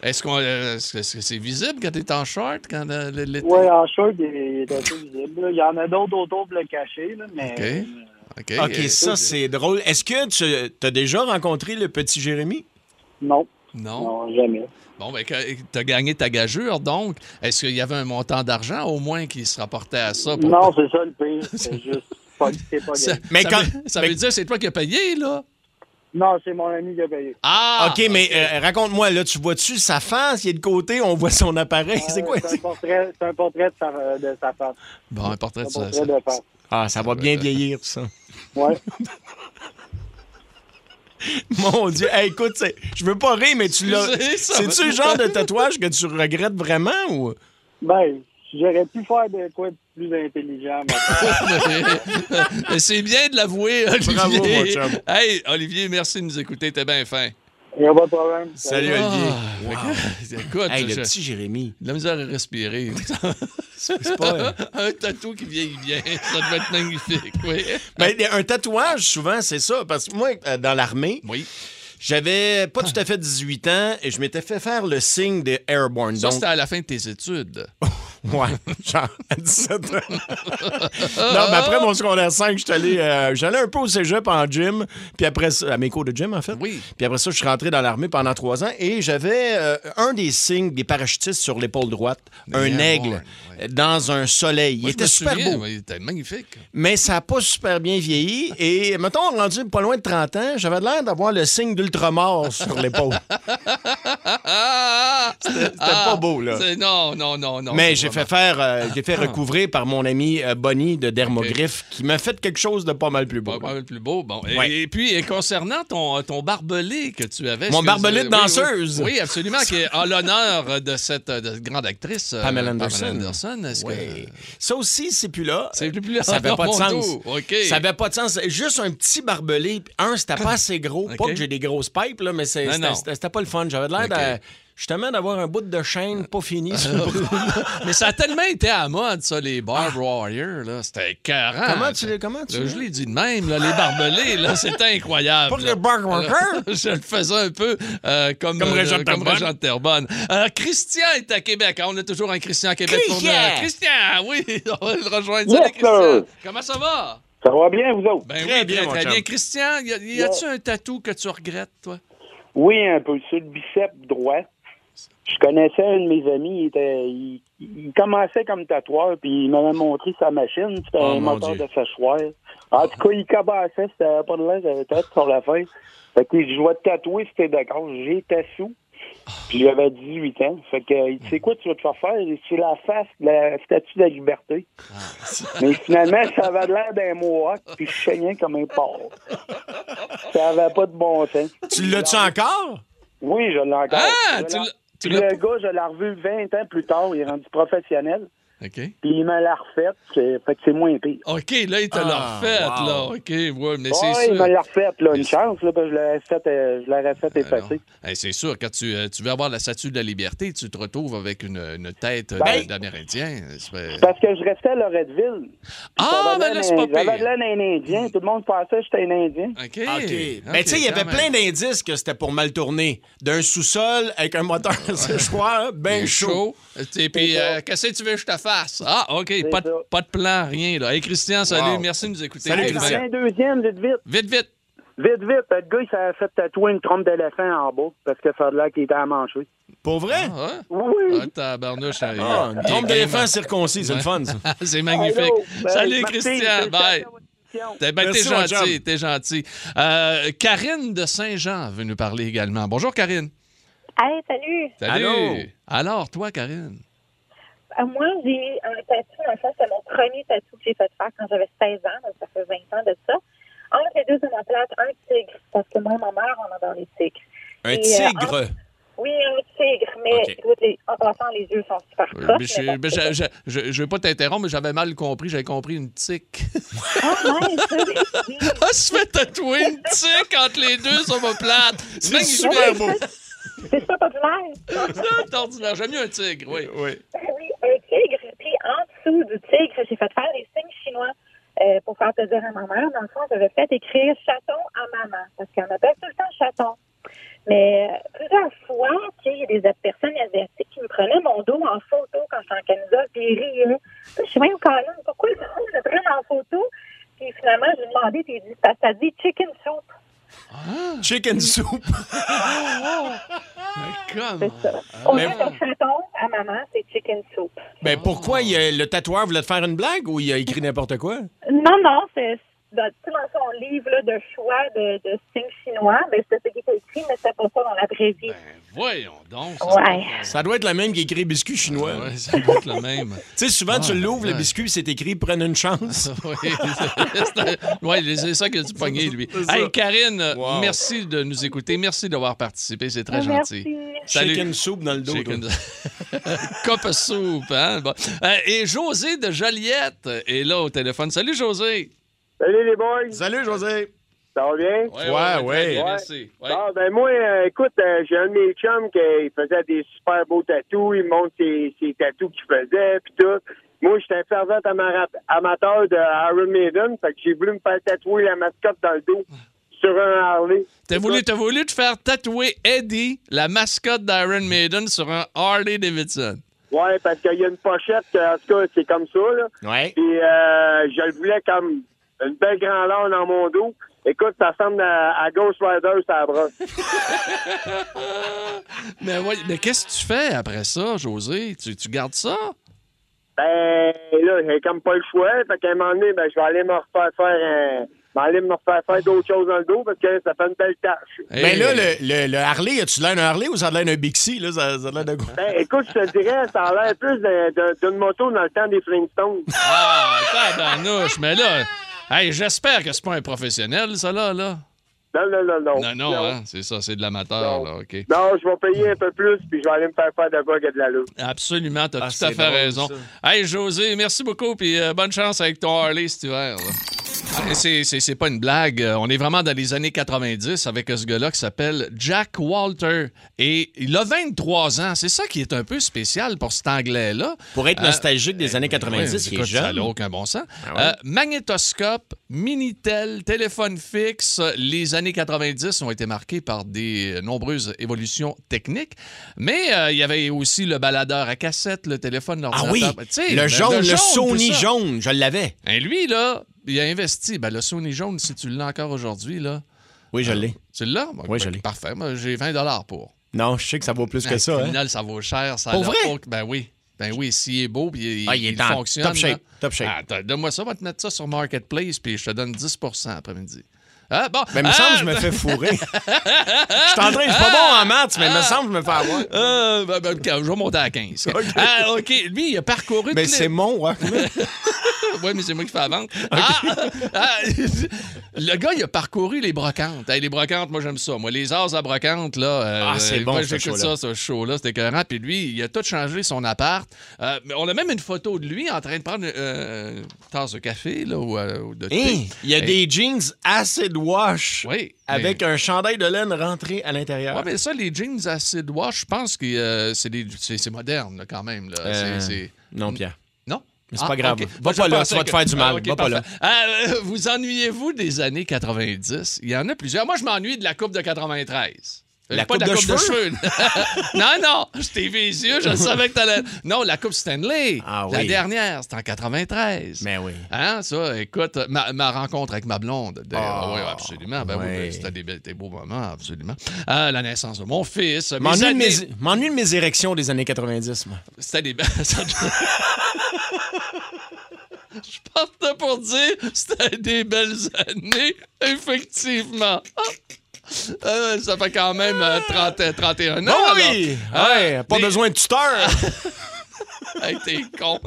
[SPEAKER 1] Est-ce qu'on euh, est-ce que est-ce que c'est visible quand t'es en short quand euh, l- l'été?
[SPEAKER 7] Ouais, en short, il est, il est un peu visible. là. Il y en a d'autres autour pour le cacher, là, mais.
[SPEAKER 1] OK. OK.
[SPEAKER 2] OK,
[SPEAKER 1] Euh,
[SPEAKER 2] ça, c'est drôle. Est-ce que tu as déjà rencontré le petit Jérémy?
[SPEAKER 7] Non,
[SPEAKER 1] Non.
[SPEAKER 7] non, jamais.
[SPEAKER 1] Bon, ben, que- t'as gagné ta gageure, donc. Est-ce qu'il y avait un montant d'argent, au moins, qui se rapportait à ça? pour-
[SPEAKER 7] Non, c'est ça le pire. C'est juste pas c'est pas
[SPEAKER 1] Ah, Ça,
[SPEAKER 7] gay.
[SPEAKER 2] Mais
[SPEAKER 1] ça
[SPEAKER 2] quand-
[SPEAKER 1] veut- ça
[SPEAKER 2] mais-
[SPEAKER 1] veut dire c'est toi qui as payé, là?
[SPEAKER 7] Non, c'est mon ami qui a payé.
[SPEAKER 1] Ah!
[SPEAKER 2] OK, mais euh, raconte-moi, là, tu vois-tu sa face? Il est de côté, on voit son appareil. c'est quoi?
[SPEAKER 7] Ah, C'est un portrait, c'est un portrait de sa, de sa femme.
[SPEAKER 1] Bon, un portrait
[SPEAKER 7] Un
[SPEAKER 1] de ça.
[SPEAKER 7] portrait
[SPEAKER 1] ça-
[SPEAKER 7] de femme.
[SPEAKER 2] Ah, ça va bien vieillir, tout ça.
[SPEAKER 7] Ouais.
[SPEAKER 2] Mon Dieu. Hey, écoute, c'est- je veux pas rire, mais tu l'as.
[SPEAKER 1] Excusez, ça va-
[SPEAKER 2] C'est-tu le genre de tatouage que tu regrettes vraiment ou.
[SPEAKER 7] Ben, j'aurais pu faire de quoi de plus intelligent, mais.
[SPEAKER 1] Mais c'est bien de l'avouer, Olivier.
[SPEAKER 2] Bravo, mon chum.
[SPEAKER 1] Hey, Olivier, merci de nous écouter. T'es bien fin.
[SPEAKER 7] Il n'y a pas de problème.
[SPEAKER 2] Salut, Olivier.
[SPEAKER 1] Fait que- Ah, Écoute,
[SPEAKER 2] Hey, le
[SPEAKER 1] je-
[SPEAKER 2] petit Jérémy.
[SPEAKER 1] de la misère à respirer.
[SPEAKER 2] C'est pas. euh,
[SPEAKER 1] un tatou qui vieillit bien. Ça devait être magnifique, oui.
[SPEAKER 2] Ben, un tatouage, souvent, c'est ça. Parce que moi, euh, dans l'armée,
[SPEAKER 1] Oui.
[SPEAKER 2] j'avais pas tout à fait 18 ans et je m'étais fait faire le signe de Airborne.
[SPEAKER 1] Ça,
[SPEAKER 2] Donc,
[SPEAKER 1] c'était à la fin de tes études.
[SPEAKER 2] Ouais, genre à 17 ans. non, mais après mon secondaire 5, j'étais allé, euh, j'allais un peu au cégep en gym, puis après ça, à mes cours de gym, en fait.
[SPEAKER 1] Oui.
[SPEAKER 2] Puis après ça, je suis rentré dans l'armée pendant trois ans et j'avais euh, un des signes des parachutistes sur l'épaule droite, un
[SPEAKER 1] airborne,
[SPEAKER 2] aigle,
[SPEAKER 1] ouais.
[SPEAKER 2] dans un soleil.
[SPEAKER 1] Moi,
[SPEAKER 2] il
[SPEAKER 1] je me
[SPEAKER 2] était super
[SPEAKER 1] souviens,
[SPEAKER 2] beau
[SPEAKER 1] ouais, Il était magnifique.
[SPEAKER 2] mais ça n'a pas super bien vieilli. Et mettons, rendu pas loin de 30 ans, j'avais l'air d'avoir le signe d'ultramar sur l'épaule.
[SPEAKER 1] Ah!
[SPEAKER 2] C'était pas beau, là.
[SPEAKER 1] C'est- Non, non, non, non.
[SPEAKER 2] Mais
[SPEAKER 1] c'est
[SPEAKER 2] j'ai fait
[SPEAKER 1] vraiment- Ah.
[SPEAKER 2] faire, euh, j'ai fait recouvrir par mon ami euh, Bonnie de Dermogriffe qui m'a fait quelque chose de pas mal plus beau.
[SPEAKER 1] Pas mal plus beau. Bon. Et-
[SPEAKER 2] Ouais.
[SPEAKER 1] Et, puis, et concernant ton, euh, ton barbelé que tu avais.
[SPEAKER 2] Mon
[SPEAKER 1] est-ce que-
[SPEAKER 2] barbelé de
[SPEAKER 1] oui,
[SPEAKER 2] danseuse.
[SPEAKER 1] Oui, oui, absolument, qui est en l'honneur de cette, de cette grande actrice. euh,
[SPEAKER 2] Pamela Anderson.
[SPEAKER 1] Est-ce
[SPEAKER 2] Ouais.
[SPEAKER 1] que.
[SPEAKER 2] Ça aussi, c'est plus là.
[SPEAKER 1] C'est plus là.
[SPEAKER 2] Ça n'avait pas de
[SPEAKER 1] Mon
[SPEAKER 2] sens.
[SPEAKER 1] dos. OK.
[SPEAKER 2] Ça n'avait pas de sens. Juste un petit barbelé. Un, c'était pas assez gros. Pas
[SPEAKER 1] OK.
[SPEAKER 2] que j'ai des grosses pipes, là, mais c'est-
[SPEAKER 1] Non,
[SPEAKER 2] c'était
[SPEAKER 1] non.
[SPEAKER 2] c'était- c'était pas le fun. J'avais l'air
[SPEAKER 1] OK.
[SPEAKER 2] de- justement d'avoir un bout de chaîne pas fini sur le bras.
[SPEAKER 1] Mais ça a tellement été à la mode, ça, les Barb Warriors. là. C'était écœurant.
[SPEAKER 2] Ah. Comment tu l'as- comment tu
[SPEAKER 1] Là,
[SPEAKER 2] l'as-
[SPEAKER 1] Je l'ai dit de même, là, les barbelés, là, c'était incroyable.
[SPEAKER 2] Pas que
[SPEAKER 1] là.
[SPEAKER 2] le Bark Walker.
[SPEAKER 1] Je le faisais un peu euh, comme,
[SPEAKER 6] Comme
[SPEAKER 1] euh,
[SPEAKER 6] Régent de Terrebonne.
[SPEAKER 1] Régent de Terrebonne. Euh, Christian est à Québec. Ah, On a toujours un Christian à Québec. pour nous-
[SPEAKER 2] Christian!
[SPEAKER 1] Christian, oui, on va le rejoindre.
[SPEAKER 7] Yes,
[SPEAKER 1] Salut, Christian.
[SPEAKER 7] sir.
[SPEAKER 1] Comment ça va?
[SPEAKER 7] Ça va bien, vous autres?
[SPEAKER 1] Ben
[SPEAKER 2] Très
[SPEAKER 1] oui,
[SPEAKER 2] bien,
[SPEAKER 1] très,
[SPEAKER 2] mon
[SPEAKER 1] très
[SPEAKER 2] chum.
[SPEAKER 1] bien. Christian, y, a- y a-tu un tatou que tu regrettes, toi?
[SPEAKER 7] Oui, un peu. Sur le biceps droit. Je connaissais un de mes amis, il, était, il, il commençait comme tatoueur, puis il m'avait montré sa machine, c'était
[SPEAKER 2] Oh,
[SPEAKER 7] un
[SPEAKER 2] mon
[SPEAKER 7] moteur
[SPEAKER 2] Dieu.
[SPEAKER 7] de séchoir. En tout cas, il cabassait, c'était pas de l'air, j'avais tête sur la fin. Fait que je vois tatouer, c'était d'accord, j'étais sous, puis j'avais 18 ans. Fait que, il dit, c'est quoi tu vas te faire faire? C'est la face de la statue de la liberté.
[SPEAKER 2] Ah.
[SPEAKER 7] Mais finalement, ça avait l'air d'un mohawk, puis je chaignais comme un porc. Ça avait pas de bon sens.
[SPEAKER 2] Tu l'as-tu encore?
[SPEAKER 7] Oui, je l'ai encore.
[SPEAKER 1] Ah!
[SPEAKER 7] Ben, Je
[SPEAKER 1] Tu
[SPEAKER 7] l'ai-
[SPEAKER 1] l'as- tu
[SPEAKER 7] le
[SPEAKER 1] l'as pas.
[SPEAKER 7] gars, je l'ai revu 20 ans plus tard, il est rendu professionnel,
[SPEAKER 1] OK.
[SPEAKER 7] puis il me l'a refait, c'est- fait que c'est moins pire.
[SPEAKER 1] OK, là, il te l'a
[SPEAKER 2] Ah,
[SPEAKER 1] refait,
[SPEAKER 2] wow.
[SPEAKER 1] là. OK, ouais, mais c'est
[SPEAKER 7] Ouais, il
[SPEAKER 1] sûr.
[SPEAKER 7] me l'a refait, là, une
[SPEAKER 1] C'est- Ben
[SPEAKER 7] chance, là, parce que je l'aurais fait, euh, je l'aurais fait
[SPEAKER 1] Alors,
[SPEAKER 7] effacer.
[SPEAKER 1] hey, c'est sûr, quand tu, euh, tu veux avoir la statue de la liberté, tu te retrouves avec une, une tête euh,
[SPEAKER 7] Ben-
[SPEAKER 1] d'Amérindien. C'est pas-
[SPEAKER 7] Parce que je restais à Loretteville.
[SPEAKER 1] Ah, ben
[SPEAKER 7] J'avais de
[SPEAKER 1] là,
[SPEAKER 7] l'air
[SPEAKER 1] c'est pas
[SPEAKER 7] d'un- J'avais de
[SPEAKER 1] pire.
[SPEAKER 7] l'air d'un Indien, tout le monde pensait que j'étais un Indien.
[SPEAKER 1] OK. OK.
[SPEAKER 2] Ah, OK. Mais tu sais, il y avait plein d'indices que c'était pour mal tourner. D'un sous-sol avec un moteur à séchoir, ben chaud.
[SPEAKER 1] Et puis, euh, qu'est-ce que tu veux que je te fasse? Ah, OK, pas de,
[SPEAKER 7] ça.
[SPEAKER 1] pas de plan, rien. là. Hey, Christian, salut,
[SPEAKER 2] Wow.
[SPEAKER 1] merci de nous écouter.
[SPEAKER 2] Salut,
[SPEAKER 1] Hey, ben,
[SPEAKER 7] J'en
[SPEAKER 2] Christian.
[SPEAKER 7] ai un deuxième, vite, vite.
[SPEAKER 1] Vite, vite.
[SPEAKER 7] Vite, vite. Le gars, il s'est fait tatouer une trompe d'éléphant en bas, parce que ça a l'air qu'il était à manger.
[SPEAKER 2] Pour vrai?
[SPEAKER 1] Ah,
[SPEAKER 7] Oui!
[SPEAKER 1] ah, tabarnouche. hein,
[SPEAKER 2] Ah,
[SPEAKER 1] il-
[SPEAKER 2] une
[SPEAKER 1] il est
[SPEAKER 2] trompe
[SPEAKER 1] game.
[SPEAKER 2] d'éléphant circoncis, c'est le fun. ça.
[SPEAKER 1] c'est magnifique.
[SPEAKER 7] Hello. Ben,
[SPEAKER 1] Salut,
[SPEAKER 7] merci,
[SPEAKER 1] Christian. Bye.
[SPEAKER 7] félicitations à votre émission.
[SPEAKER 1] T'es ben, t'es
[SPEAKER 2] Merci, mon
[SPEAKER 1] gentil,
[SPEAKER 2] chum.
[SPEAKER 1] t'es gentil. Euh, Karine de Saint-Jean veut nous parler également. Bonjour, Karine.
[SPEAKER 8] Hey, salut!
[SPEAKER 1] Salut.
[SPEAKER 2] Allô?
[SPEAKER 1] Alors, toi, Karine?
[SPEAKER 8] Euh, Moi, j'ai un tatou. En fait, c'est mon premier tatou que j'ai fait faire quand j'avais 16 ans, donc ça fait 20 ans de ça. Entre les deux, on en place un tigre, parce que moi et ma mère, on adore les tigres.
[SPEAKER 2] Un
[SPEAKER 8] Et, euh,
[SPEAKER 2] tigre.
[SPEAKER 8] Oui, un tigre, mais
[SPEAKER 2] Ok.
[SPEAKER 8] écoute, les- en passant, les yeux sont super
[SPEAKER 1] Euh,
[SPEAKER 8] proches.
[SPEAKER 1] mais je,
[SPEAKER 8] mais bon,
[SPEAKER 1] mais
[SPEAKER 8] c'est
[SPEAKER 1] je, je- je- je veux pas t'interrompre, mais j'avais mal compris. J'avais compris une tique.
[SPEAKER 8] Ah, ouais, ça, oui.
[SPEAKER 1] Ah, se fait tatouer une tique entre les deux sur ma plate. C'est magnifique.
[SPEAKER 2] super beau.
[SPEAKER 8] C'est pas populaire.
[SPEAKER 1] Ça, t'es ordinaire. J'aime mieux un tigre, oui.
[SPEAKER 2] Oui.
[SPEAKER 8] Eh Oui, un tigre. Puis en dessous du tigre, j'ai fait faire des signes chinois euh, pour faire plaisir à ma mère. Dans le fond, j'avais fait écrire chaton à maman parce qu'on appelle tout le temps chaton. Mais euh, plusieurs fois, tu sais, il y a des personnes asiatiques qui me prenaient mon dos en photo quand j'étais en Canada, puis ils riaient. Puis Je suis même calme. Pourquoi ils me prennent en photo? Puis finalement, j'ai demandé, puis ils disent, parce que ça dit chicken soup.
[SPEAKER 1] ah.
[SPEAKER 2] Chicken soup.
[SPEAKER 1] Comme.
[SPEAKER 8] C'est ça. Au
[SPEAKER 2] mais-
[SPEAKER 8] lieu de chaton à maman, c'est chicken soup.
[SPEAKER 2] Ben pourquoi il, euh, le tatoueur voulait te faire une blague ou il a écrit n'importe quoi?
[SPEAKER 8] Non, non, c'est dans, tu sais, dans son livre là, de choix de, de signes chinois, ben, c'était ce qui était écrit, mais c'était pas ça dans la vraie vie.
[SPEAKER 1] Ben, voyons donc. Ça,
[SPEAKER 8] Ouais.
[SPEAKER 2] Ça doit être la même qui écrit biscuit chinois.
[SPEAKER 1] Ouais, ça doit être le même.
[SPEAKER 2] Tu sais, souvent, tu
[SPEAKER 1] Ah,
[SPEAKER 2] l'ouvres, le
[SPEAKER 1] ouais.
[SPEAKER 2] biscuit, c'est écrit « Prenne une chance
[SPEAKER 1] Oui, c'est- ouais, c'est ça que tu pogné, lui. Hey, Karine,
[SPEAKER 2] Wow.
[SPEAKER 1] merci de nous écouter. Merci d'avoir participé. C'est très gentil.
[SPEAKER 8] Merci. ».
[SPEAKER 1] Salut.
[SPEAKER 2] Chicken soup dans le dos. toi.
[SPEAKER 1] Chicken- Cup of soup, hein? Bon. Euh, et José de Joliette est là au téléphone. Salut, José.
[SPEAKER 3] Salut les boys,
[SPEAKER 2] Salut, José.
[SPEAKER 3] ça va bien?
[SPEAKER 1] Ouais,
[SPEAKER 2] Ouais,
[SPEAKER 1] ouais,
[SPEAKER 2] ouais.
[SPEAKER 1] très bien,
[SPEAKER 3] Ouais.
[SPEAKER 1] Merci. Ouais.
[SPEAKER 3] Ah, ben moi, euh, écoute, euh, j'ai un de mes chums qui euh, il faisait des super beaux tatous. Il me montre ses, ses tatous qu'il faisait, puis tout. Moi, j'étais un fervent amara- amateur de Iron Maiden, fait que j'ai voulu me faire tatouer la mascotte dans le dos sur un Harley.
[SPEAKER 1] T'as voulu, t'as voulu te faire tatouer Eddie, la mascotte d'Iron Maiden, sur un Harley Davidson.
[SPEAKER 3] Ouais, parce qu'il y a une pochette, euh, en tout cas, c'est comme ça, là.
[SPEAKER 9] Ouais.
[SPEAKER 3] Puis euh, je le voulais comme une belle grande lame dans mon dos. Écoute, ça ressemble à, à Ghost Rider, ça brosse.
[SPEAKER 1] Mais, ouais, mais qu'est-ce que tu fais après ça, José? Tu, tu gardes ça?
[SPEAKER 3] Ben, là, j'ai comme pas le choix. Fait qu'à un moment donné, ben, je vais aller me refaire faire un... je vais aller me refaire faire d'autres choses dans le dos parce que ça fait une belle tâche.
[SPEAKER 9] Ben
[SPEAKER 1] Hey,
[SPEAKER 9] là, le, le, le Harley, as-tu l'air d'un Harley ou ça a l'air d'un Bixi? Là, ça, ça a l'air de quoi?
[SPEAKER 3] Ben, écoute, je te dirais, ça a l'air plus d'un- d'un- d'une moto dans le temps des Flintstones.
[SPEAKER 1] Ah, tabarnouche, mais là... Hey, j'espère que c'est pas un professionnel, ça, là, là.
[SPEAKER 3] Non, non, non, non.
[SPEAKER 1] Non, non, hein, c'est ça, c'est de l'amateur,
[SPEAKER 3] Non.
[SPEAKER 1] là, OK.
[SPEAKER 3] Non, je vais payer un peu plus, puis je vais aller me faire faire de quoi que de la loupe.
[SPEAKER 1] Absolument, t'as
[SPEAKER 9] Ah,
[SPEAKER 1] tout à
[SPEAKER 9] c'est
[SPEAKER 1] fait
[SPEAKER 9] drôle,
[SPEAKER 1] raison. Hey, José, merci beaucoup, puis euh, bonne chance avec ton Harley cet hiver. là. Ah, C'est, c'est- c'est pas une blague. euh, On est vraiment dans les années 90 avec euh, ce gars-là qui s'appelle Jack Walter. Et il a 23 ans. C'est ça qui est un peu spécial pour cet Anglais-là.
[SPEAKER 2] Pour être
[SPEAKER 1] Euh,
[SPEAKER 2] nostalgique des années 90,
[SPEAKER 1] Ouais,
[SPEAKER 2] il est
[SPEAKER 1] écoute, Ça n'a
[SPEAKER 2] jeune.
[SPEAKER 1] aucun bon sens.
[SPEAKER 2] Ah ouais?
[SPEAKER 1] Euh, magnétoscope, Minitel, téléphone fixe, les années 90 ont été marquées par des euh, nombreuses évolutions techniques, mais euh, il y avait aussi le baladeur à cassette, le téléphone,
[SPEAKER 2] Ah
[SPEAKER 1] l'ordinateur. Ben,
[SPEAKER 2] oui,
[SPEAKER 1] Tu sais,
[SPEAKER 2] le jaune, le
[SPEAKER 1] tout
[SPEAKER 2] Sony
[SPEAKER 1] ça.
[SPEAKER 2] jaune, je l'avais.
[SPEAKER 1] Et lui, là, il a investi. Ben, le Sony jaune, si tu l'as encore aujourd'hui, là.
[SPEAKER 2] Oui,
[SPEAKER 1] Ah.
[SPEAKER 2] je l'ai.
[SPEAKER 1] Tu l'as? Bon,
[SPEAKER 2] Oui,
[SPEAKER 1] ben,
[SPEAKER 2] je l'ai.
[SPEAKER 1] Parfait, moi, j'ai 20 pour.
[SPEAKER 2] Non, je sais que ça vaut plus que
[SPEAKER 1] Ah,
[SPEAKER 2] ça. hein.
[SPEAKER 1] criminel, ça vaut cher. Ça
[SPEAKER 2] Pour
[SPEAKER 1] a
[SPEAKER 2] vrai?
[SPEAKER 1] pas- Ben oui. Ben oui, s'il est beau, puis il,
[SPEAKER 2] Ah, il est
[SPEAKER 1] il
[SPEAKER 2] en
[SPEAKER 1] fonctionne.
[SPEAKER 2] top shape,
[SPEAKER 1] là.
[SPEAKER 2] top shape.
[SPEAKER 1] Ah, attends, Donne-moi ça, on va te mettre ça sur Marketplace, puis je te donne 10 après-midi. Ah, bon.
[SPEAKER 2] Mais Ben, il me
[SPEAKER 1] Ah,
[SPEAKER 2] semble que je me fais fourrer. Je suis en train, je suis pas bon en maths, mais il me
[SPEAKER 1] Ah.
[SPEAKER 2] semble que je me fais avoir.
[SPEAKER 1] euh, ben, ben, je vais monter à 15. Ah, OK. Lui, il a parcouru...
[SPEAKER 2] Mais
[SPEAKER 1] tous les-
[SPEAKER 2] c'est mon, hein.
[SPEAKER 1] Oui, mais c'est moi qui fais la vente. Ah! Ah! le gars, il a parcouru les brocantes. Hey, les brocantes, moi, j'aime ça. Moi, les as à brocantes, là. euh,
[SPEAKER 2] Ah, c'est
[SPEAKER 1] euh,
[SPEAKER 2] bon,
[SPEAKER 1] moi,
[SPEAKER 2] ce
[SPEAKER 1] J'écoute
[SPEAKER 2] show-là.
[SPEAKER 1] ça, ce show-là. C'était écœurant. Puis lui, il a tout changé son appart. Euh, mais on a même une photo de lui en train de prendre euh, une tasse de café, là, ou, euh, ou de thé.
[SPEAKER 2] Hein, Il y a des jeans acid wash
[SPEAKER 1] Oui.
[SPEAKER 2] avec un chandail de laine rentré à l'intérieur.
[SPEAKER 1] Ouais, mais ça, les jeans acid wash, je pense que euh, c'est des- c'est c'est moderne, là, quand même. Là.
[SPEAKER 2] Euh,
[SPEAKER 1] C'est- c'est-
[SPEAKER 2] Non, Pierre.
[SPEAKER 1] Non?
[SPEAKER 2] Mais c'est
[SPEAKER 1] Ah,
[SPEAKER 2] pas grave.
[SPEAKER 1] ok.
[SPEAKER 2] Va
[SPEAKER 1] Moi,
[SPEAKER 2] pas
[SPEAKER 1] je
[SPEAKER 2] là,
[SPEAKER 1] pensais
[SPEAKER 2] tu vas te
[SPEAKER 1] que-
[SPEAKER 2] faire du mal.
[SPEAKER 1] Ah, ok,
[SPEAKER 2] Va pas là.
[SPEAKER 1] parfait. Ah, euh, vous ennuyez-vous des années 90? Il y en a plusieurs. Moi, je m'ennuie de la coupe de 93. Euh,
[SPEAKER 2] La
[SPEAKER 1] pas
[SPEAKER 2] coupe
[SPEAKER 1] de la
[SPEAKER 2] de
[SPEAKER 1] coupe de cheveux. non, non, je t'ai vu les yeux, je savais que t'allais. Non, la coupe Stanley.
[SPEAKER 2] Ah
[SPEAKER 1] La
[SPEAKER 2] oui.
[SPEAKER 1] dernière, c'était en 93.
[SPEAKER 2] Mais oui.
[SPEAKER 1] Hein, ça, écoute, ma, ma rencontre avec ma blonde. de-
[SPEAKER 2] Ah,
[SPEAKER 1] oui, absolument. Ben oui,
[SPEAKER 2] ouais.
[SPEAKER 1] ben, c'était des, belles- des beaux moments, absolument. Ah, la naissance de mon fils. mes
[SPEAKER 2] M'ennuie de,
[SPEAKER 1] années-
[SPEAKER 2] mes... m'ennuie de mes érections des années 90, moi.
[SPEAKER 1] c'était des belles. Je partais pour dire c'était des belles années, effectivement. Ah! Euh, ça fait quand même euh, 30, 31 ans.
[SPEAKER 2] Ah oui!
[SPEAKER 1] alors.
[SPEAKER 2] Ouais,
[SPEAKER 1] Ah,
[SPEAKER 2] pas
[SPEAKER 1] des-
[SPEAKER 2] besoin de tuteur.
[SPEAKER 1] Hey, t'es con.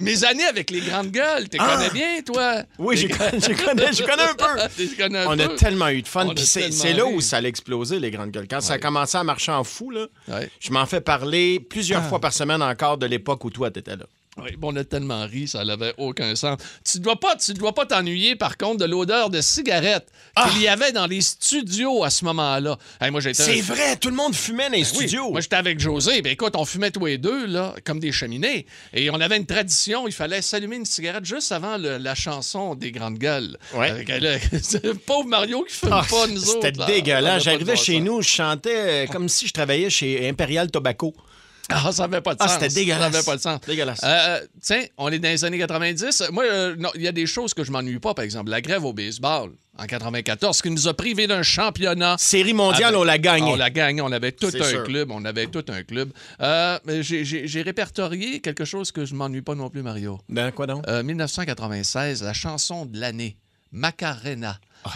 [SPEAKER 1] Mes années avec les grandes gueules, t'es connais bien, toi?
[SPEAKER 2] Ah!
[SPEAKER 1] Ah,
[SPEAKER 2] Oui, je connais, je connais, je connais un peu.
[SPEAKER 1] T'es connais un
[SPEAKER 2] On a
[SPEAKER 1] peu?
[SPEAKER 2] tellement eu de fun.
[SPEAKER 1] On
[SPEAKER 2] Puis
[SPEAKER 1] a
[SPEAKER 2] c'est,
[SPEAKER 1] tellement
[SPEAKER 2] c'est là
[SPEAKER 1] ri.
[SPEAKER 2] où ça a explosé, les grandes gueules. Quand ça a commencé à marcher en fou, là,
[SPEAKER 1] Ouais.
[SPEAKER 2] je m'en fais parler plusieurs fois par semaine encore de l'époque où toi, t'étais là.
[SPEAKER 1] Oui, bon, on a tellement ri, ça n'avait aucun sens. Tu dois pas, tu dois pas t'ennuyer par contre de l'odeur de cigarette
[SPEAKER 2] Ah!
[SPEAKER 1] qu'il y avait dans les studios à ce moment-là. Hey, moi j'étais
[SPEAKER 2] C'est vrai, tout le monde fumait dans les
[SPEAKER 1] Ben Oui,
[SPEAKER 2] studios.
[SPEAKER 1] Moi, j'étais avec José. Ben, écoute, on fumait tous les deux, là, comme des cheminées. Et on avait une tradition. Il fallait s'allumer une cigarette juste avant le- la chanson des Grandes Gueules.
[SPEAKER 2] Ouais.
[SPEAKER 1] Avec, euh, le- c'est le pauvre Mario qui fume
[SPEAKER 2] Ah,
[SPEAKER 1] pas, nous autres.
[SPEAKER 2] C'était
[SPEAKER 1] là. On avait
[SPEAKER 2] dégueulasse.
[SPEAKER 1] pas de
[SPEAKER 2] J'arrivais
[SPEAKER 1] bon
[SPEAKER 2] chez
[SPEAKER 1] sens.
[SPEAKER 2] nous, je chantais euh, comme si je travaillais chez Imperial Tobacco.
[SPEAKER 1] Ah, ça n'avait pas de
[SPEAKER 2] Ah,
[SPEAKER 1] sens.
[SPEAKER 2] c'était dégueulasse.
[SPEAKER 1] Ça n'avait pas de sens.
[SPEAKER 2] Dégueulasse.
[SPEAKER 1] Euh, tiens, on est dans les années 90. Moi, euh, non, il y a des choses que je m'ennuie pas, par exemple. La grève au baseball en 94, ce qui nous a privé d'un championnat.
[SPEAKER 2] Série
[SPEAKER 1] Ah
[SPEAKER 2] mondiale,
[SPEAKER 1] ben,
[SPEAKER 2] on l'a
[SPEAKER 1] On
[SPEAKER 2] gagnée.
[SPEAKER 1] l'a gagné, on avait tout
[SPEAKER 2] C'est
[SPEAKER 1] un
[SPEAKER 2] sûr.
[SPEAKER 1] club, on avait tout un club. Euh, mais j'ai- J'ai j'ai répertorié quelque chose que je m'ennuie pas non plus, Mario.
[SPEAKER 2] Ben, quoi donc?
[SPEAKER 1] Euh, 1996, la chanson de l'année, Macarena.
[SPEAKER 2] Ah,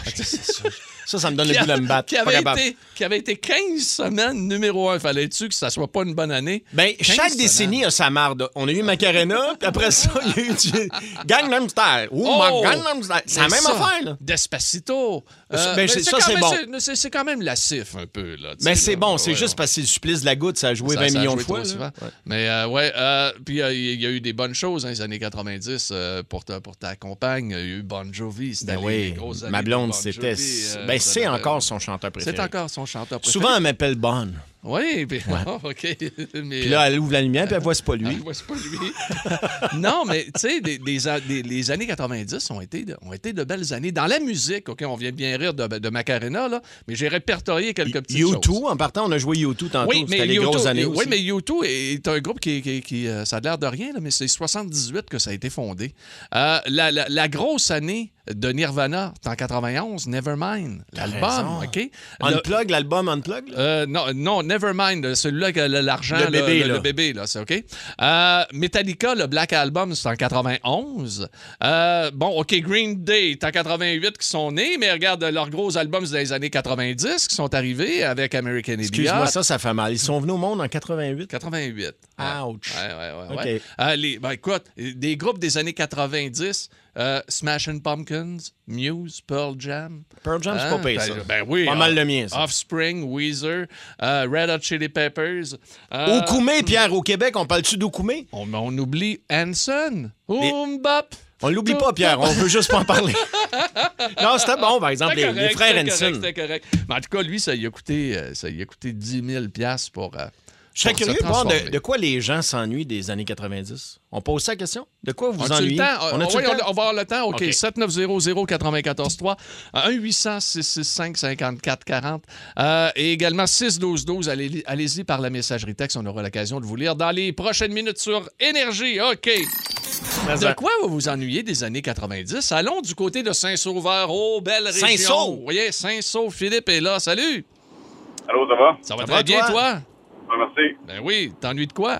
[SPEAKER 2] Ça, ça me donne le goût de me battre.
[SPEAKER 1] qui,
[SPEAKER 2] Pas
[SPEAKER 1] avait
[SPEAKER 2] capable.
[SPEAKER 1] été, qui avait été 15 semaines numéro un. Fallait-tu que ça soit pas une bonne année?
[SPEAKER 2] Ben,
[SPEAKER 1] 15
[SPEAKER 2] chaque
[SPEAKER 1] semaines.
[SPEAKER 2] décennie a sa marde. On a eu Macarena, puis après ça, il y a eu du Gangnam Style. Ouh,
[SPEAKER 1] Oh!
[SPEAKER 2] ma Gangnam Style. C'est la
[SPEAKER 1] Mais
[SPEAKER 2] même
[SPEAKER 1] ça,
[SPEAKER 2] affaire, là.
[SPEAKER 1] Despacito. Euh,
[SPEAKER 2] Ben,
[SPEAKER 1] mais
[SPEAKER 2] c'est- ça,
[SPEAKER 1] quand
[SPEAKER 2] c'est
[SPEAKER 1] même-
[SPEAKER 2] bon.
[SPEAKER 1] C'est c'est quand même lassif un peu. Là, tu
[SPEAKER 2] Mais
[SPEAKER 1] sais,
[SPEAKER 2] c'est
[SPEAKER 1] là.
[SPEAKER 2] bon, c'est
[SPEAKER 1] Ouais,
[SPEAKER 2] juste
[SPEAKER 1] ouais.
[SPEAKER 2] parce que c'est le supplice de la goutte, ça a joué
[SPEAKER 1] Ça-
[SPEAKER 2] 20
[SPEAKER 1] ça a
[SPEAKER 2] millions ben, de
[SPEAKER 1] joué
[SPEAKER 2] fois.
[SPEAKER 1] trop
[SPEAKER 2] là.
[SPEAKER 1] souvent. Mais euh, ouais, euh, puis euh, il y a eu des bonnes choses dans les années 90 euh, pour, ta, pour ta compagne. Il y a eu Bon Jovi, c'était
[SPEAKER 2] Ben
[SPEAKER 1] les
[SPEAKER 2] oui,
[SPEAKER 1] grosses années
[SPEAKER 2] ma
[SPEAKER 1] de
[SPEAKER 2] blonde,
[SPEAKER 1] Bon
[SPEAKER 2] c'était.
[SPEAKER 1] Jovi, euh,
[SPEAKER 2] ben,
[SPEAKER 1] ça
[SPEAKER 2] c'est
[SPEAKER 1] l'avait-
[SPEAKER 2] encore son chanteur préféré.
[SPEAKER 1] C'est encore son chanteur préféré.
[SPEAKER 2] Souvent, elle m'appelle Bonne.
[SPEAKER 1] Oui, puis- bon, OK. Mais,
[SPEAKER 2] Puis là, elle ouvre la lumière, puis elle voit c'est pas
[SPEAKER 1] Ah,
[SPEAKER 2] lui.
[SPEAKER 1] ouais, c'est pas lui. non, mais tu sais, des- des an- des- les années 90 ont été, de, ont été de belles années. Dans la musique, OK, on vient de bien rire de, de Macarena, là, mais j'ai répertorié quelques petites choses.
[SPEAKER 2] U2, en partant, on a joué U2 tantôt. C'était les
[SPEAKER 1] U2
[SPEAKER 2] grosses années
[SPEAKER 1] oui,
[SPEAKER 2] aussi.
[SPEAKER 1] mais U2 est un groupe qui, qui- qui, euh, ça a l'air de rien, là, mais c'est 78 que ça a été fondé. Euh, la, la- la grosse année de Nirvana, c'est en 91, Nevermind, l'album,
[SPEAKER 2] raison.
[SPEAKER 1] OK? Le-
[SPEAKER 2] Unplug, l'album Unplug. là.
[SPEAKER 1] euh, non, non, Nevermind, celui-là qui a le- l'argent.
[SPEAKER 2] Le
[SPEAKER 1] là,
[SPEAKER 2] bébé,
[SPEAKER 1] le,
[SPEAKER 2] là.
[SPEAKER 1] le bébé, là, c'est OK. Euh, Metallica, le Black Album, c'est en 91. Euh, bon, OK, Green Day, c'est en 88 qui sont nés, mais regarde leurs gros albums des années 90 qui sont arrivés avec American Idiot.
[SPEAKER 2] Excuse-moi, ça, ça fait mal. Ils sont venus au monde en 88.
[SPEAKER 1] 88.
[SPEAKER 2] Ouch.
[SPEAKER 1] Ah. Ouais, ouais, ouais.
[SPEAKER 2] Ah, oh, OK.
[SPEAKER 1] ouais. Euh, les- ben, écoute, des groupes des années 90, euh, Smashing Pumpkins, Muse, Pearl Jam.
[SPEAKER 2] Pearl Jam, Ah, c'est
[SPEAKER 1] Hein?
[SPEAKER 2] pas payé, ça.
[SPEAKER 1] Ben, ben oui.
[SPEAKER 2] Pas
[SPEAKER 1] hein.
[SPEAKER 2] mal le mien, ça.
[SPEAKER 1] Offspring, Weezer, euh, Red Hot Chili Peppers. euh,
[SPEAKER 2] Okoumé, Pierre, au Québec, on parle-tu d'Okoumé?
[SPEAKER 1] on, on oublie Hanson. Boom bap.
[SPEAKER 2] On l'oublie pas, Pierre, on veut juste pas en parler. non, c'était bon, par exemple, les,
[SPEAKER 1] C'était
[SPEAKER 2] les
[SPEAKER 1] correct,
[SPEAKER 2] frères
[SPEAKER 1] c'était correct,
[SPEAKER 2] Henson.
[SPEAKER 1] c'était correct. Mais en tout cas, lui, ça lui a coûté, euh, ça lui a coûté 10 000 piastres pour. euh,
[SPEAKER 2] Je serais
[SPEAKER 1] pour se
[SPEAKER 2] curieux de voir de,
[SPEAKER 1] transformer.
[SPEAKER 2] de quoi les gens s'ennuient des années 90. On pose ça la question? De quoi vous
[SPEAKER 1] On
[SPEAKER 2] vous
[SPEAKER 1] a-tu le
[SPEAKER 2] ennuyez?
[SPEAKER 1] temps?
[SPEAKER 2] a
[SPEAKER 1] Oui,
[SPEAKER 2] tout
[SPEAKER 1] on,
[SPEAKER 2] le
[SPEAKER 1] on va
[SPEAKER 2] temps?
[SPEAKER 1] avoir le temps. OK,
[SPEAKER 2] OK.
[SPEAKER 1] 7900-943, 1-800-665-5440 euh, et également 612-12. Allez- Allez-y par la messagerie texte. On aura l'occasion de vous lire dans les prochaines minutes sur Énergie. OK. De quoi vous vous ennuyez des années 90? Allons du côté de Saint-Sauveur. Oh, belle région.
[SPEAKER 2] Saint-Saul.
[SPEAKER 1] Vous voyez, Saint-Saul, Philippe est là. Salut.
[SPEAKER 3] Allô, ça va?
[SPEAKER 1] Ça va
[SPEAKER 2] Ça
[SPEAKER 1] très
[SPEAKER 2] va,
[SPEAKER 1] bien,
[SPEAKER 2] toi?
[SPEAKER 1] toi?
[SPEAKER 3] Ouais, merci.
[SPEAKER 1] Ben oui, t'ennuies de quoi?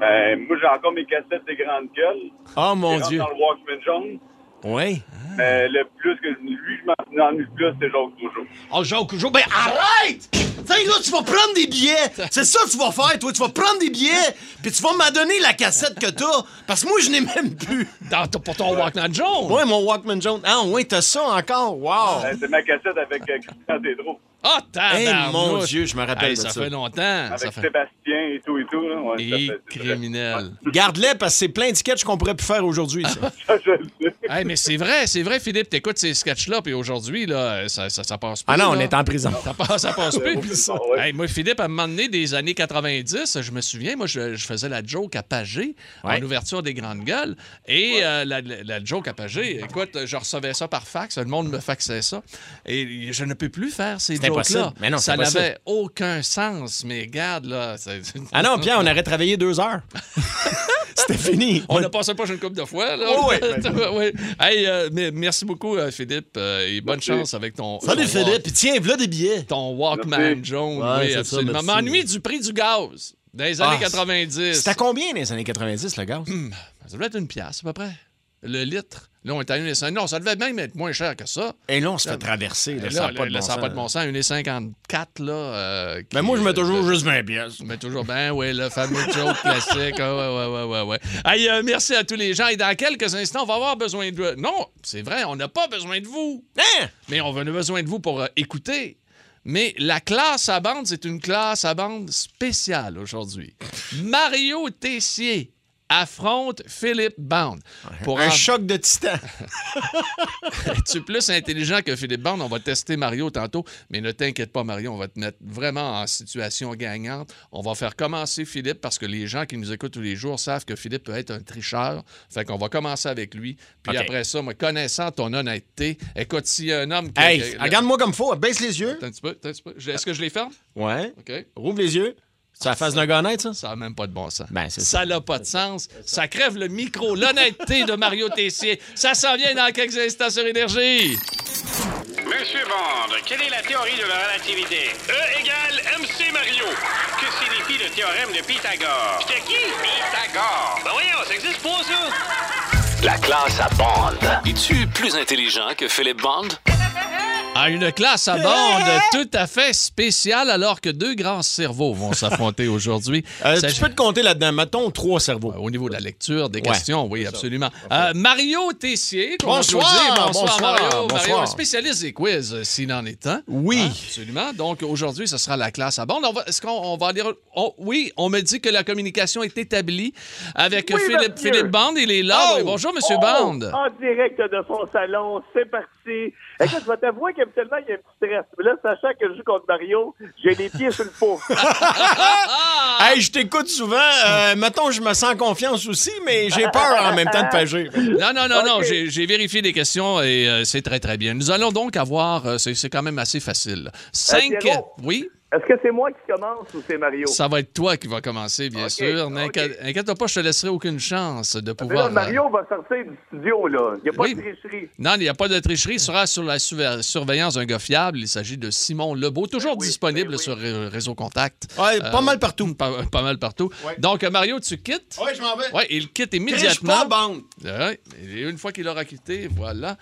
[SPEAKER 3] Ben, moi, j'ai encore mes cassettes des grandes gueules.
[SPEAKER 2] Oh mon
[SPEAKER 3] Qui rentrent
[SPEAKER 2] Dieu.
[SPEAKER 3] dans le Walkman jaune.
[SPEAKER 2] Oui.
[SPEAKER 10] Euh,
[SPEAKER 3] Mais le plus que lui, je m'en ennuie le plus, c'est Jacques Rougeau.
[SPEAKER 2] Oh, Jacques Rougeau, ben arrête! Tu sais, là, tu vas prendre des billets. C'est ça que tu vas faire, toi. Tu vas prendre des billets, puis tu vas m'en donner la cassette que t'as, parce que moi, je n'ai même plus.
[SPEAKER 1] Dans, pour ton Walkman Jones?
[SPEAKER 2] Ouais, mon Walkman Jones. Ah, ouais, t'as ça encore? Wow!
[SPEAKER 3] Ben, c'est ma cassette avec euh, Christian Tédro,
[SPEAKER 1] Ah,
[SPEAKER 2] Hey,
[SPEAKER 1] tabarnouche.
[SPEAKER 2] Eh, mon Dieu, je me rappelle
[SPEAKER 1] Hey,
[SPEAKER 2] de
[SPEAKER 1] ça,
[SPEAKER 2] ça.
[SPEAKER 1] fait longtemps. ça
[SPEAKER 3] avec
[SPEAKER 1] fait...
[SPEAKER 3] Sébastien et tout et tout. Là. Ouais,
[SPEAKER 1] Et
[SPEAKER 3] ça fait- c'est vrai.
[SPEAKER 1] criminel.
[SPEAKER 2] Garde-les, parce que c'est plein de sketchs qu'on pourrait plus faire aujourd'hui, ça.
[SPEAKER 3] Ça, je le sais.
[SPEAKER 1] Hey, mais c'est vrai, c'est vrai, Philippe, t'écoutes ces sketchs-là, puis aujourd'hui, là, ça, ça, ça passe plus.
[SPEAKER 2] Ah non, on
[SPEAKER 1] là.
[SPEAKER 2] est en prison.
[SPEAKER 1] Ça passe, ça passe plus.
[SPEAKER 3] ça, ouais.
[SPEAKER 1] Hey, moi, Philippe, à un moment donné, des années 90, je me souviens, moi, je, je faisais la joke à Pagé en
[SPEAKER 2] Ouais.
[SPEAKER 1] ouverture des Grandes Gueules. Et euh, la, la- la joke à Pagé, écoute, je recevais ça par fax, le monde me faxait ça. Et je ne peux plus faire ces jokes-là.
[SPEAKER 2] impossible. Mais non,
[SPEAKER 1] ça
[SPEAKER 2] c'est impossible.
[SPEAKER 1] n'avait aucun sens, mais regarde, là. c'est-
[SPEAKER 2] Ah non, Pierre, on aurait travaillé deux heures. C'était fini.
[SPEAKER 1] On a passé pas une couple de fois. Là.
[SPEAKER 2] Oh, ouais.
[SPEAKER 1] Ouais. Hey, euh, mais merci beaucoup, euh, Philippe, euh, et bonne chance avec ton.
[SPEAKER 2] Salut
[SPEAKER 1] ton
[SPEAKER 2] Philippe, tiens, voilà des billets.
[SPEAKER 1] walk- ton Walkman
[SPEAKER 3] Merci.
[SPEAKER 1] Jones.
[SPEAKER 2] Ouais,
[SPEAKER 1] oui,
[SPEAKER 2] c'est ça,
[SPEAKER 1] absolument.
[SPEAKER 2] merci.
[SPEAKER 1] M'ennuie du prix du gaz dans les
[SPEAKER 2] Ah,
[SPEAKER 1] années 90.
[SPEAKER 2] C'était à combien dans les années 90, le gaz?
[SPEAKER 1] Ça devait être une pièce, à peu près. Le litre. Là, on est à 1,50. Non, ça devait même être moins cher que ça.
[SPEAKER 2] Et là, on se fait traverser. Là,
[SPEAKER 1] Là,
[SPEAKER 2] ça n'a
[SPEAKER 1] là,
[SPEAKER 2] pas, de
[SPEAKER 1] là,
[SPEAKER 2] bon
[SPEAKER 1] ça a
[SPEAKER 2] sens,
[SPEAKER 1] pas de bon
[SPEAKER 2] là.
[SPEAKER 1] sens. 1,54, là. euh,
[SPEAKER 2] Mais
[SPEAKER 1] qui-
[SPEAKER 2] moi, je mets
[SPEAKER 1] euh,
[SPEAKER 2] toujours juste 20 pièces.
[SPEAKER 1] Mais toujours, ben oui, le fameux joke classique. Ah, ouais, ouais, ouais, ouais, ouais. Hey, euh, merci à tous les gens. Et dans quelques instants, on va avoir besoin de. Non, c'est vrai, on n'a pas besoin de vous.
[SPEAKER 2] Hein?
[SPEAKER 1] Mais on a besoin de vous pour euh, écouter. Mais la classe à bande, c'est une classe à bande spéciale aujourd'hui. Mario Tessier affronte Philippe Bande. Pour
[SPEAKER 2] Un
[SPEAKER 1] en-
[SPEAKER 2] choc de titan.
[SPEAKER 1] tu es plus intelligent que Philippe Bond. On va tester Mario tantôt, mais ne t'inquiète pas, Mario, on va te mettre vraiment en situation gagnante. On va faire commencer Philippe parce que les gens qui nous écoutent tous les jours savent que Philippe peut être un tricheur. Fait qu'on va commencer avec lui. Puis
[SPEAKER 2] OK.
[SPEAKER 1] après ça, moi, connaissant ton honnêteté, écoute, s'il y a un homme qui.
[SPEAKER 2] Hey,
[SPEAKER 1] qui-
[SPEAKER 2] regarde-moi comme faut. Baisse les yeux.
[SPEAKER 1] Attends un petit peu, attends un petit peu. Je- Est-ce que je les ferme?
[SPEAKER 2] Ouais.
[SPEAKER 1] OK.
[SPEAKER 2] Rouvre les yeux. C'est la face d'un gonnette, ça?
[SPEAKER 1] Ça n'a même pas de bon sens.
[SPEAKER 2] Ben, c'est
[SPEAKER 1] ça n'a pas de sens. Ça crève le micro. L'honnêteté de Mario Tessier. Ça s'en vient dans quelques instants sur Énergie.
[SPEAKER 4] Monsieur Bond, quelle est la théorie de la relativité? E égale MC Mario. Que signifie le théorème de Pythagore? C'était qui? Pythagore. Ben voyons, ça existe pas, ça?
[SPEAKER 5] La classe à bande. Es-tu plus intelligent que Philippe Bond?
[SPEAKER 1] À une classe à bande tout à fait spéciale, alors que deux grands cerveaux vont s'affronter aujourd'hui.
[SPEAKER 2] Euh,
[SPEAKER 1] Ça-
[SPEAKER 2] tu peux te compter là-dedans. Mettons trois cerveaux.
[SPEAKER 1] Au niveau de la lecture, des
[SPEAKER 2] Ouais.
[SPEAKER 1] questions, oui, absolument. Euh, Mario Tessier. qu'on
[SPEAKER 2] Bonsoir,
[SPEAKER 1] applaudit. bonsoir,
[SPEAKER 2] bonsoir,
[SPEAKER 1] Mario.
[SPEAKER 2] bonsoir.
[SPEAKER 1] Mario, un spécialiste des quiz, euh, s'il en est un.
[SPEAKER 2] Oui.
[SPEAKER 1] Hein, absolument. Donc, aujourd'hui, ce sera la classe à bande. On va- Est-ce qu'on on va aller... on- oui, on me dit que la communication est établie avec Philippe,
[SPEAKER 3] monsieur.
[SPEAKER 1] Philippe Bande. Il est
[SPEAKER 2] Oh,
[SPEAKER 1] là. Oui, bonjour, Monsieur
[SPEAKER 3] Oh!
[SPEAKER 1] Bande.
[SPEAKER 3] En direct de son salon, c'est parti. Écoute, je vais t'avouer que
[SPEAKER 10] habituellement, il y a un petit stress. Mais là, sachant que je joue contre Mario, j'ai les pieds sur le pot.
[SPEAKER 2] Hey, je t'écoute souvent. Euh, mettons, je me sens confiance aussi, mais j'ai peur en même temps de pager.
[SPEAKER 1] Non, non, non, non, j'ai- j'ai vérifié les questions et euh, c'est très, très bien. Nous allons donc avoir, euh, c'est c'est quand même assez facile. Cinq.
[SPEAKER 10] Euh, Pierrot.
[SPEAKER 1] oui?
[SPEAKER 10] Est-ce que c'est moi qui commence ou c'est Mario?
[SPEAKER 1] Ça va être toi qui va commencer, bien sûr. N'inquiète inquiète-toi pas, je te laisserai aucune chance de
[SPEAKER 10] Mais là,
[SPEAKER 1] pouvoir. euh,
[SPEAKER 10] Mario va sortir du studio, là. Il n'y a pas
[SPEAKER 1] Oui.
[SPEAKER 10] de tricherie.
[SPEAKER 1] Non, il n'y a pas de tricherie. Il sera sur la suver- surveillance d'un gars fiable. Il s'agit de Simon
[SPEAKER 10] Ben
[SPEAKER 1] Lebeau, toujours disponible sur Ré- Réseau Contact.
[SPEAKER 2] pas mal
[SPEAKER 1] partout. Pas, pas mal partout.
[SPEAKER 2] Ouais.
[SPEAKER 1] Donc, euh, Mario, tu quittes.
[SPEAKER 2] Oui, je m'en vais.
[SPEAKER 1] Oui, il quitte
[SPEAKER 2] Triche
[SPEAKER 1] immédiatement.
[SPEAKER 2] pas, bande.
[SPEAKER 1] Ouais, et une fois qu'il aura quitté, voilà.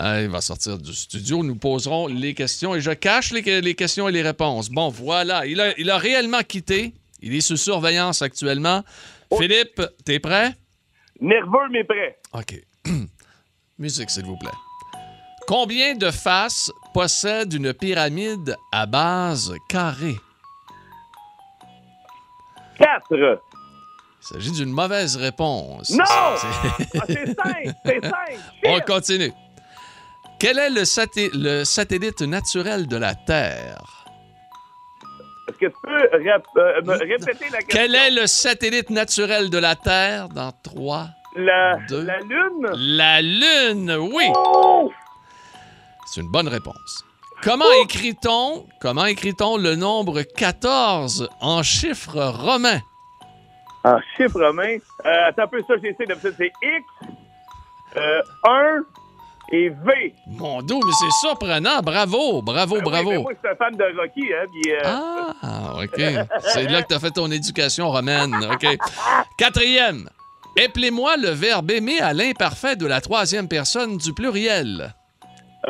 [SPEAKER 1] Euh, il va sortir du studio. Nous poserons les questions et je cache les, les questions et les réponses. Bon, voilà. Il a, il a réellement quitté. Il est sous surveillance actuellement. Philippe, t'es prêt?
[SPEAKER 10] Nerveux, mais prêt.
[SPEAKER 1] OK. Musique, s'il vous plaît. Combien de faces possède une pyramide à base carrée?
[SPEAKER 10] Quatre.
[SPEAKER 1] Il s'agit d'une mauvaise réponse.
[SPEAKER 10] Non!
[SPEAKER 1] C'est-
[SPEAKER 10] Ah, c'est cinq! C'est cinq!
[SPEAKER 1] On continue. Quel est le, saté- le satellite naturel de la Terre?
[SPEAKER 10] Est-ce que tu peux rap- euh, me répéter la question?
[SPEAKER 1] Quel est le satellite naturel de la Terre dans 3,
[SPEAKER 10] La,
[SPEAKER 1] 2...
[SPEAKER 10] la Lune?
[SPEAKER 1] La Lune, oui! C'est une bonne réponse. Comment écrit-on comment écrit-on le nombre 14 en chiffres romains?
[SPEAKER 10] En chiffre romain. Euh, attends un peu, ça, j'essaie de ça. C'est X, euh, 1 et V.
[SPEAKER 1] Mon dos, mais c'est surprenant. Bravo, bravo,
[SPEAKER 10] Ah oui,
[SPEAKER 1] bravo.
[SPEAKER 10] mais moi, je suis un fan de Rocky, hein, puis, euh,
[SPEAKER 1] Ah, OK. C'est là que tu as fait ton éducation romaine. OK. Quatrième. Épelez-moi le verbe aimer à l'imparfait de la troisième personne du pluriel. Ah.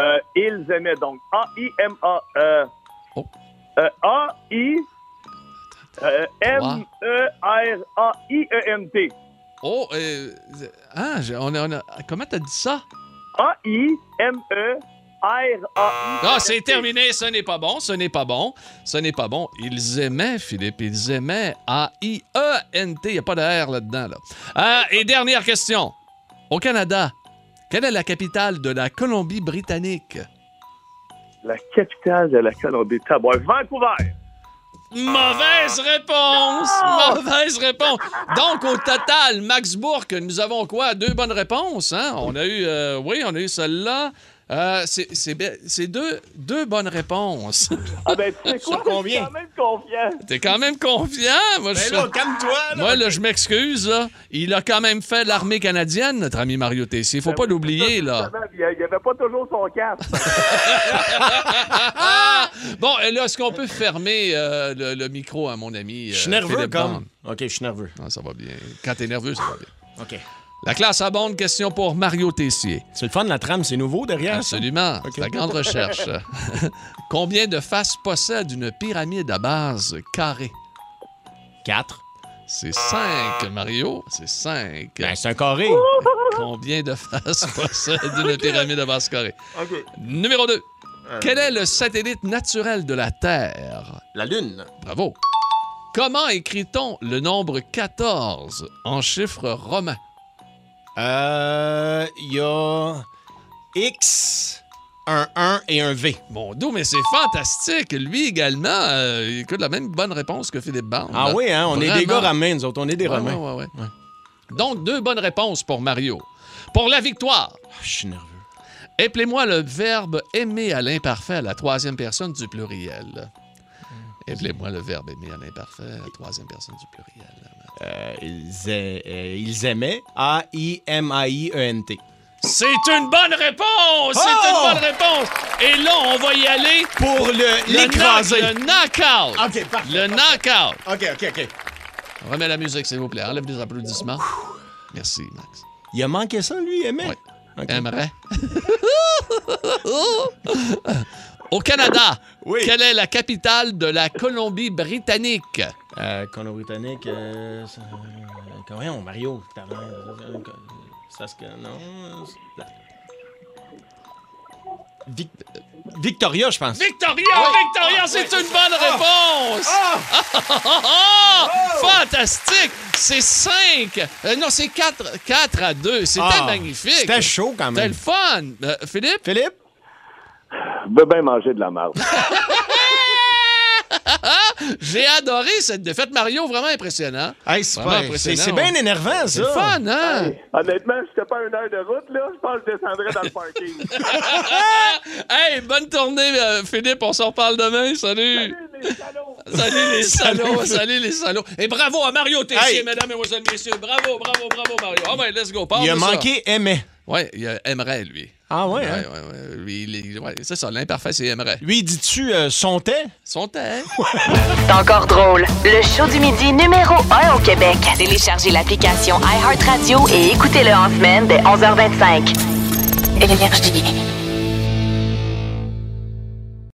[SPEAKER 10] euh, ils aimaient donc A-I-M-A. Euh,
[SPEAKER 1] Oh.
[SPEAKER 10] euh, A-I. euh, M-E-R-A-I-E-N-T.
[SPEAKER 1] Oh, euh, ah, j'ai- on a, on a- comment t'as dit ça?
[SPEAKER 10] A-I-M-E-R-A-I.
[SPEAKER 1] Ah, c'est terminé. Ce n'est pas bon. Ce n'est pas bon. Ce n'est pas bon. Ils aimaient, Philippe. Ils aimaient A-I-E-N-T. Il n'y a pas de R là-dedans. Là. Ah, et dernière question. Au Canada, quelle est la capitale de la Colombie-Britannique?
[SPEAKER 10] La capitale de la Colombie. Taboy. Vancouver.
[SPEAKER 1] Mauvaise réponse! Mauvaise réponse! Donc, au total, Max Bourque, nous avons quoi? Deux bonnes réponses, hein? On a eu, euh, oui, on a eu celle-là. Euh, c'est- c'est be- c'est deux, deux bonnes réponses.
[SPEAKER 10] Ah, ben, tu sais quoi? Je suis
[SPEAKER 2] combien?
[SPEAKER 10] quand même confiant.
[SPEAKER 1] T'es quand même confiant? Moi, je,
[SPEAKER 2] Ben là, calme-toi. là.
[SPEAKER 1] moi, là, je m'excuse, là. Il a quand même fait l'armée canadienne, notre ami Mario Tessier. Faut pas l'oublier, là.
[SPEAKER 10] Justement, Il n'y avait pas toujours son casque.
[SPEAKER 1] Bon, et là, est-ce qu'on peut fermer euh, le, le micro à mon ami? euh,
[SPEAKER 2] Je suis nerveux,
[SPEAKER 1] Philippe Bond?
[SPEAKER 2] comme. OK, je suis nerveux.
[SPEAKER 1] Ah, ça va bien. Quand t'es nerveux, ça va bien.
[SPEAKER 2] OK.
[SPEAKER 1] La classe abonde, question pour Mario Tessier.
[SPEAKER 2] C'est le fun, la trame, c'est nouveau
[SPEAKER 1] Ah,
[SPEAKER 2] derrière. ça?
[SPEAKER 1] Absolument.
[SPEAKER 2] Ok.
[SPEAKER 1] C'est la grande recherche. Combien de faces possède une pyramide à base carrée?
[SPEAKER 2] Quatre.
[SPEAKER 1] C'est 5, Mario. C'est 5.
[SPEAKER 2] Ben, c'est un carré.
[SPEAKER 1] Combien de faces possède une pyramide à base carrée? Numéro 2.
[SPEAKER 2] Euh.
[SPEAKER 1] Quel est le satellite naturel de la Terre?
[SPEAKER 2] La lune.
[SPEAKER 1] Bravo. Comment écrit-on le nombre 14 en chiffres romains?
[SPEAKER 2] Euh. Il y a. X, un 1 et un V.
[SPEAKER 1] Mon dos, mais c'est fantastique. Lui également, euh, il écoute la même bonne réponse que Philippe Barnes.
[SPEAKER 2] Ah oui, hein? On est des
[SPEAKER 1] Bah, Vraiment.
[SPEAKER 2] gars romains, nous autres. On est des
[SPEAKER 1] Ouais,
[SPEAKER 2] romains.
[SPEAKER 1] ouais, ouais, ouais. Donc, deux bonnes réponses pour Mario. Pour la victoire,
[SPEAKER 2] Ah, je suis nerveux.
[SPEAKER 1] épelez-moi le verbe aimer à l'imparfait à la troisième personne du pluriel.
[SPEAKER 2] Hmm.
[SPEAKER 1] Épelez-moi le verbe aimer à l'imparfait à la troisième personne du pluriel.
[SPEAKER 2] Euh, ils, a- euh, ils aimaient. A-I-M-A-I-E-N-T.
[SPEAKER 1] C'est une bonne réponse! C'est
[SPEAKER 2] Oh!
[SPEAKER 1] une bonne réponse! Et là, on va y aller.
[SPEAKER 2] Pour le
[SPEAKER 1] Le,
[SPEAKER 2] l'écraser.
[SPEAKER 1] knock- le knockout!
[SPEAKER 2] OK, parfait.
[SPEAKER 1] Le knockout!
[SPEAKER 2] OK, OK, OK.
[SPEAKER 1] On remet la musique, s'il vous plaît. Enlève des applaudissements. Merci, Max.
[SPEAKER 2] Il a manqué ça, lui, il aimait.
[SPEAKER 1] Ouais. Euh,
[SPEAKER 2] OK.
[SPEAKER 1] Aimerait. Au Canada,
[SPEAKER 2] Oui.
[SPEAKER 1] quelle est la capitale de la Colombie-Britannique?
[SPEAKER 2] Euh, Colombie-Britannique. Euh, ça- euh, voyons, Mario. tabarnak, euh, Ça se. Non. euh, Vic- euh, Victoria, je pense.
[SPEAKER 1] Victoria! Victoria, c'est une bonne réponse! Ah. Oh! Fantastique! C'est 5! non, c'est 4, à 2. C'était
[SPEAKER 2] Ah,
[SPEAKER 1] magnifique!
[SPEAKER 2] C'était chaud quand
[SPEAKER 1] C'était le
[SPEAKER 2] même.
[SPEAKER 1] fun! Euh, Philippe?
[SPEAKER 2] Philippe?
[SPEAKER 11] veux bien manger de la marde.
[SPEAKER 1] J'ai adoré cette défaite, Mario. Vraiment impressionnant.
[SPEAKER 2] Hey,
[SPEAKER 11] super.
[SPEAKER 1] Vraiment
[SPEAKER 2] C'est
[SPEAKER 1] impressionnant.
[SPEAKER 2] c'est bien énervant, ça.
[SPEAKER 1] C'est fun, hein?
[SPEAKER 3] Hey, honnêtement, si c'était pas une heure de route, là, je pense que je descendrais dans le parking.
[SPEAKER 1] Ah, hey, bonne tournée, euh, Philippe. On s'en reparle demain. Salut. Salut les
[SPEAKER 12] Salut.
[SPEAKER 1] salauds, salut les salauds. Et bravo à Mario Tessier,
[SPEAKER 12] Hey.
[SPEAKER 1] mesdames, mesdemoiselles, messieurs. Bravo, bravo, bravo, Mario. Ah ouais, let's go. Parle
[SPEAKER 2] Il a
[SPEAKER 1] de ça.
[SPEAKER 2] manqué aimait.
[SPEAKER 1] Ouais, il a- aimerait, lui.
[SPEAKER 2] Ah ouais,
[SPEAKER 1] ouais,
[SPEAKER 2] hein?
[SPEAKER 1] ouais, ouais. Lui, il est- ouais, c'est ça, l'imparfait, c'est aimerait.
[SPEAKER 2] Lui, dis-tu euh, son thé?
[SPEAKER 1] Son hein? thé.
[SPEAKER 8] C'est encore drôle. Le show du midi numéro 1 au Québec. Téléchargez l'application iHeartRadio et écoutez-le en semaine dès 11h25. Énergie.